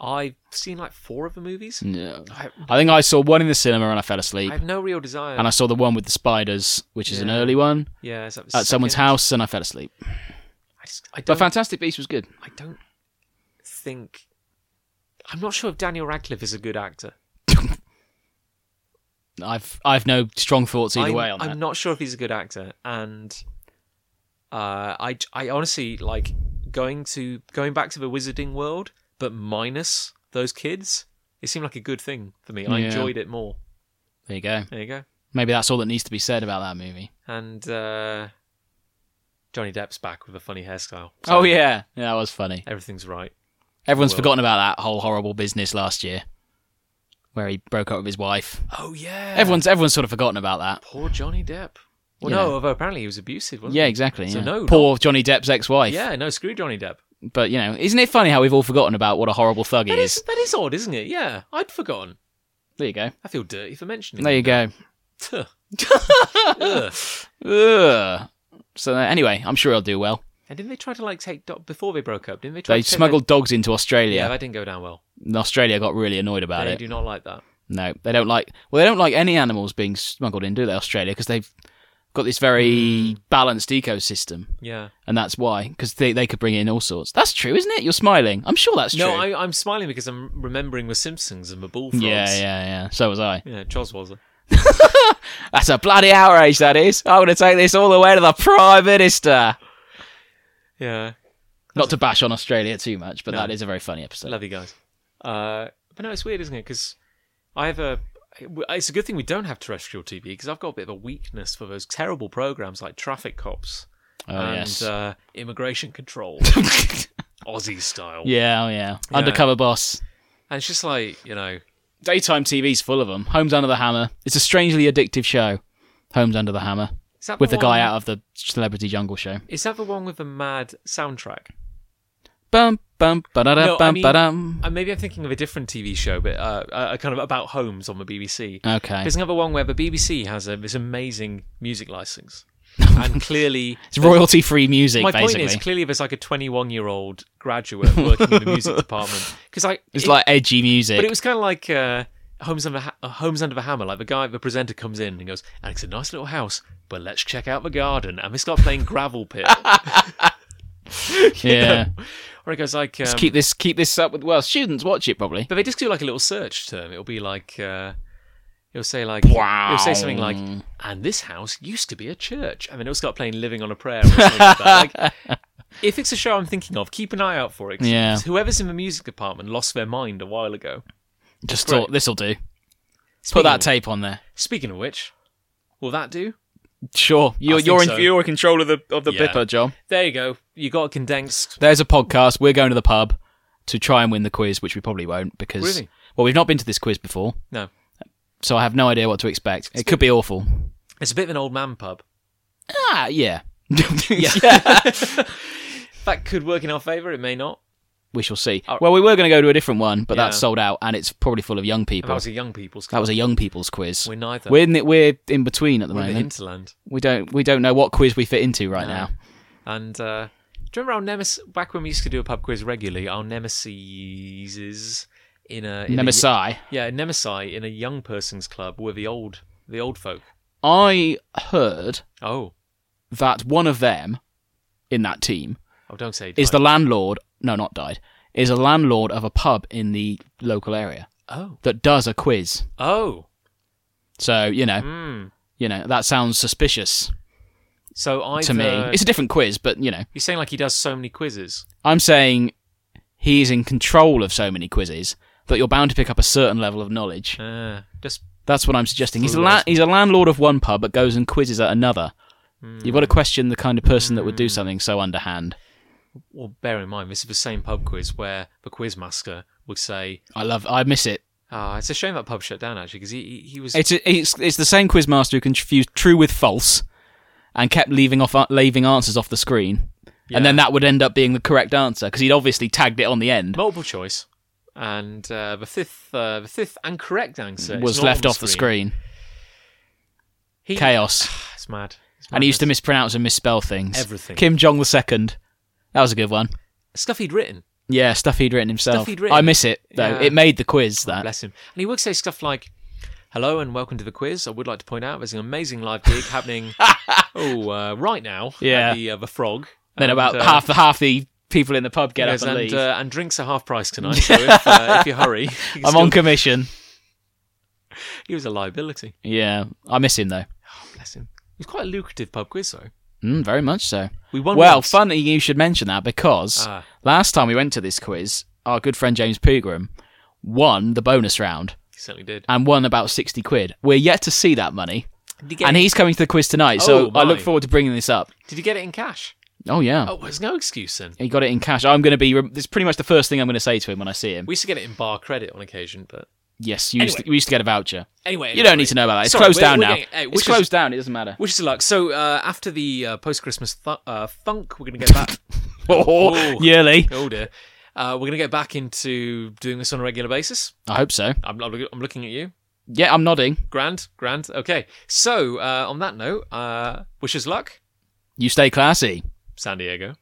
A: I've seen like four of the movies.
B: No.
A: I,
B: I think I saw one in the cinema and I fell asleep,
A: I have no real desire.
B: and I saw the one with the spiders, which is an
A: Yeah.
B: early one
A: yeah, is that the
B: at someone's
A: second?
B: house, and I fell asleep.
A: I, just, I
B: But
A: don't.
B: Fantastic Beast was good.
A: I don't think. I'm not sure if Daniel Radcliffe is a good actor.
B: I've I've no strong thoughts either
A: I'm,
B: way on
A: I'm
B: that.
A: not sure if he's a good actor, and uh, I I honestly like going to going back to the Wizarding World, but minus those kids. It seemed like a good thing for me. I
B: Yeah.
A: enjoyed it more.
B: There you go.
A: There you go.
B: Maybe that's all that needs to be said about that movie.
A: And uh, Johnny Depp's back with a funny hairstyle.
B: oh yeah, yeah, that was funny.
A: everything's right.
B: Everyone's
A: Well-
B: forgotten about that whole horrible business last year, where he broke up with his wife.
A: Oh yeah,
B: Everyone's everyone's sort of forgotten about that.
A: poor Johnny Depp. Well,
B: Yeah.
A: no, although apparently he was abusive, wasn't
B: Yeah,
A: he?
B: exactly.
A: So
B: yeah.
A: no,
B: Poor Johnny Depp's ex-wife.
A: Yeah, no, screw Johnny Depp.
B: But you know, isn't it funny how we've all forgotten about what a horrible thug he
A: That
B: is?
A: is that is odd, isn't it? Yeah, I'd forgotten.
B: There you go.
A: I feel dirty for mentioning.
B: There you
A: it.
B: go.
A: Tuh.
B: [laughs]
A: [laughs] Ugh.
B: Ugh. So uh, anyway, I'm sure he'll do well.
A: And didn't they try to like take do- before they broke up? Didn't they try?
B: They
A: to take
B: smuggled dogs into
A: Their- yeah,
B: Australia.
A: that didn't go down well.
B: and Australia got really annoyed about
A: they
B: it.
A: do not like that.
B: No, they don't like. Well, they don't like any animals being smuggled in, do they, Australia? Because they've got this very
A: Mm.
B: balanced ecosystem,
A: Yeah.
B: and that's why. Because they they could bring in all sorts. That's true, isn't it? You're smiling. I'm sure that's
A: No,
B: true.
A: I, I'm smiling because I'm remembering the Simpsons and the bullfrogs.
B: yeah, yeah, yeah. So was I.
A: Yeah, Choswazza.
B: That's a bloody outrage. That is. I'm going to take this all the way to the prime minister.
A: Yeah,
B: Not to bash on Australia too much, but
A: No.
B: that is a very funny episode.
A: love you guys. Uh, but no, it's weird, isn't it? Because I have a. It's a good thing we don't have terrestrial TV because I've got a bit of a weakness for those terrible programs like Traffic Cops
B: oh
A: and
B: yes.
A: uh, Immigration Control, Aussie style.
B: [laughs] yeah, oh yeah. Undercover boss.
A: And it's just like, you know,
B: Daytime TV's full of them. Homes Under the Hammer. It's a strangely addictive show. Homes Under the Hammer.
A: is that
B: with the guy
A: one-
B: out of the Celebrity Jungle Show.
A: Is that the one with the mad soundtrack?
B: Bum bum ba-da-da,
A: No, I
B: bum
A: mean-
B: ba-dum.
A: Uh, maybe I'm thinking of a different TV show, but uh, uh, kind of about homes on the BBC.
B: Okay,
A: There's another one where the BBC has a, this amazing music
B: [laughs]
A: license. and clearly,
B: it's royalty-free music.
A: my
B: basically,
A: point is clearly there's like a 21 year old graduate working in
B: [laughs]
A: the music department. Because I,
B: it's
A: it-
B: like edgy music.
A: but it was kind of like uh, Homes Under Ha- uh, Homes Under the Hammer. Like the guy, the presenter comes in and goes, "And it's a nice little house, but let's check out the garden." And they start playing Gravel Pit.
B: [laughs]
A: You
B: yeah,
A: know? Or it goes like, um,
B: Let's keep this keep this up with well, students watch it probably.
A: But they just do like a little search term. It'll be like, uh, it'll say like,
B: Wow.
A: it'll say something like, and this house used to be a church. And then it'll start playing Living on a Prayer or something like that.
B: [laughs]
A: Like, if it's a show I'm thinking of, keep an eye out for it. 'cause
B: Yeah.
A: Whoever's in the music department lost their mind a while ago.
B: Just
A: great.
B: thought this'll do. Put
A: Speaking
B: that
A: of-
B: tape on there.
A: Speaking of which, will that do?
B: Sure, you're
A: think
B: you're in,
A: so.
B: you're in control of the of the
A: Yeah.
B: bipper, John.
A: There you go. You got condensed.
B: There's a podcast. We're going to the pub to try and win the quiz, which we probably won't because
A: Really?
B: well, we've not been to this quiz before,
A: No,
B: so I have no idea what to expect. it could be awful.
A: it's a bit of an old man
B: [laughs]
A: pub. [laughs]
B: Ah, yeah. [laughs] yeah.
A: That could work in our favour. It may not.
B: we shall see.
A: All right.
B: Well, we were going to go to a different one, but that's
A: Yeah.
B: sold out, and it's probably full of young
A: And that
B: people.
A: was a young people's.
B: That was a young people's quiz.
A: We're neither.
B: We're in, we're in between at the
A: We're in the
B: moment.
A: hinterland.
B: We don't we don't know what quiz we fit into right now.
A: And uh, do you remember our nemesis? Back when we used to do a pub quiz regularly, our nemesis in a in a-
B: Nemesi.
A: yeah, nemesis in a young person's club were the old the old folk.
B: I heard
A: Oh,
B: that one of them in that team
A: oh, don't say.
B: is the
A: died.
B: landlord. No, not died. Is a landlord of a pub in the local area
A: oh
B: that does a quiz.
A: oh.
B: So you know,
A: Mm.
B: you know that sounds suspicious
A: So I
B: to me. It's a different quiz, but you know,
A: You're saying like he does so many quizzes.
B: I'm saying he's in control of so many quizzes that you're bound to pick up a certain level of knowledge.
A: Uh, just
B: That's what I'm suggesting. He's a,
A: Fool
B: la-
A: us.
B: he's a landlord of one pub, but goes and quizzes at another. You've got to question the kind of person that would do something so underhand.
A: well, bear in mind this is the same pub quiz where the quiz master would say,
B: I love. I miss it.
A: "Ah, it's a shame that pub shut down actually because he, he he was
B: It's it's it's the same quizmaster who confused true with false, and kept leaving off uh, leaving answers off the screen, and then that would end up being the correct answer because he'd obviously tagged it on the end.
A: multiple choice." And uh, the fifth, uh, the fifth and correct answer is
B: was
A: not
B: left
A: on
B: off the screen.
A: He- [sighs]
B: Chaos.
A: It's mad. It's
B: And he used to
A: madness.
B: mispronounce and misspell things.
A: Everything.
B: Kim Jong the second. That was a good one.
A: stuff he'd written.
B: Yeah, stuff he'd written himself.
A: Stuff he'd written.
B: I miss it though.
A: Yeah.
B: It made the quiz that.
A: Bless him. And he would say stuff like, "Hello and welcome to the quiz. I would like to point out there's an amazing
B: [laughs]
A: live gig happening oh uh, right now
B: Yeah.
A: at the uh, the Frog."
B: then
A: And,
B: about
A: uh,
B: half the half the people in the pub get
A: yes,
B: up and,
A: and,
B: leave.
A: uh, and drinks are half price tonight.
B: [laughs]
A: So if, uh, if you hurry, [laughs] you can
B: I'm
A: still-
B: on commission.
A: He was a liability.
B: Yeah, I miss him though.
A: Bless him. It was quite a lucrative pub quiz though.
B: Mm, very much so.
A: We won.
B: Well,
A: once.
B: funny you should mention that because
A: Ah.
B: last time we went to this quiz, our good friend James Pegram won the bonus round
A: He certainly did.
B: and won about 60 quid. We're yet to see that money.
A: Did you get,
B: And
A: it,
B: he's coming to the quiz tonight,
A: Oh,
B: so I
A: my.
B: look forward to bringing this up.
A: did you get it in cash?
B: Oh, yeah.
A: Oh, there's no excuse then.
B: He got it in cash. I'm going to be. It's pretty much the first thing I'm going to say to him when I see him.
A: We used to get it in bar credit on occasion, but
B: yes, you used
A: Anyway.
B: to, we used to get a voucher.
A: anyway,
B: You don't need to know about that. It's
A: Sorry,
B: closed
A: we're-
B: down
A: we're
B: now.
A: getting- hey,
B: it's
A: which is-
B: closed down. It doesn't matter.
A: Wishes of luck. So uh, after the uh, post Christmas th- uh, funk, we're
B: [laughs]
A: gonna get back.
B: Oh, [laughs] yearly.
A: oh dear. Uh, we're gonna get back into doing this on a regular basis.
B: I hope so.
A: I'm, I'm I'm looking at you.
B: Yeah, I'm nodding.
A: Grand, grand. Okay. So uh, on that note, uh, wishes luck,
B: You stay classy.
A: San Diego.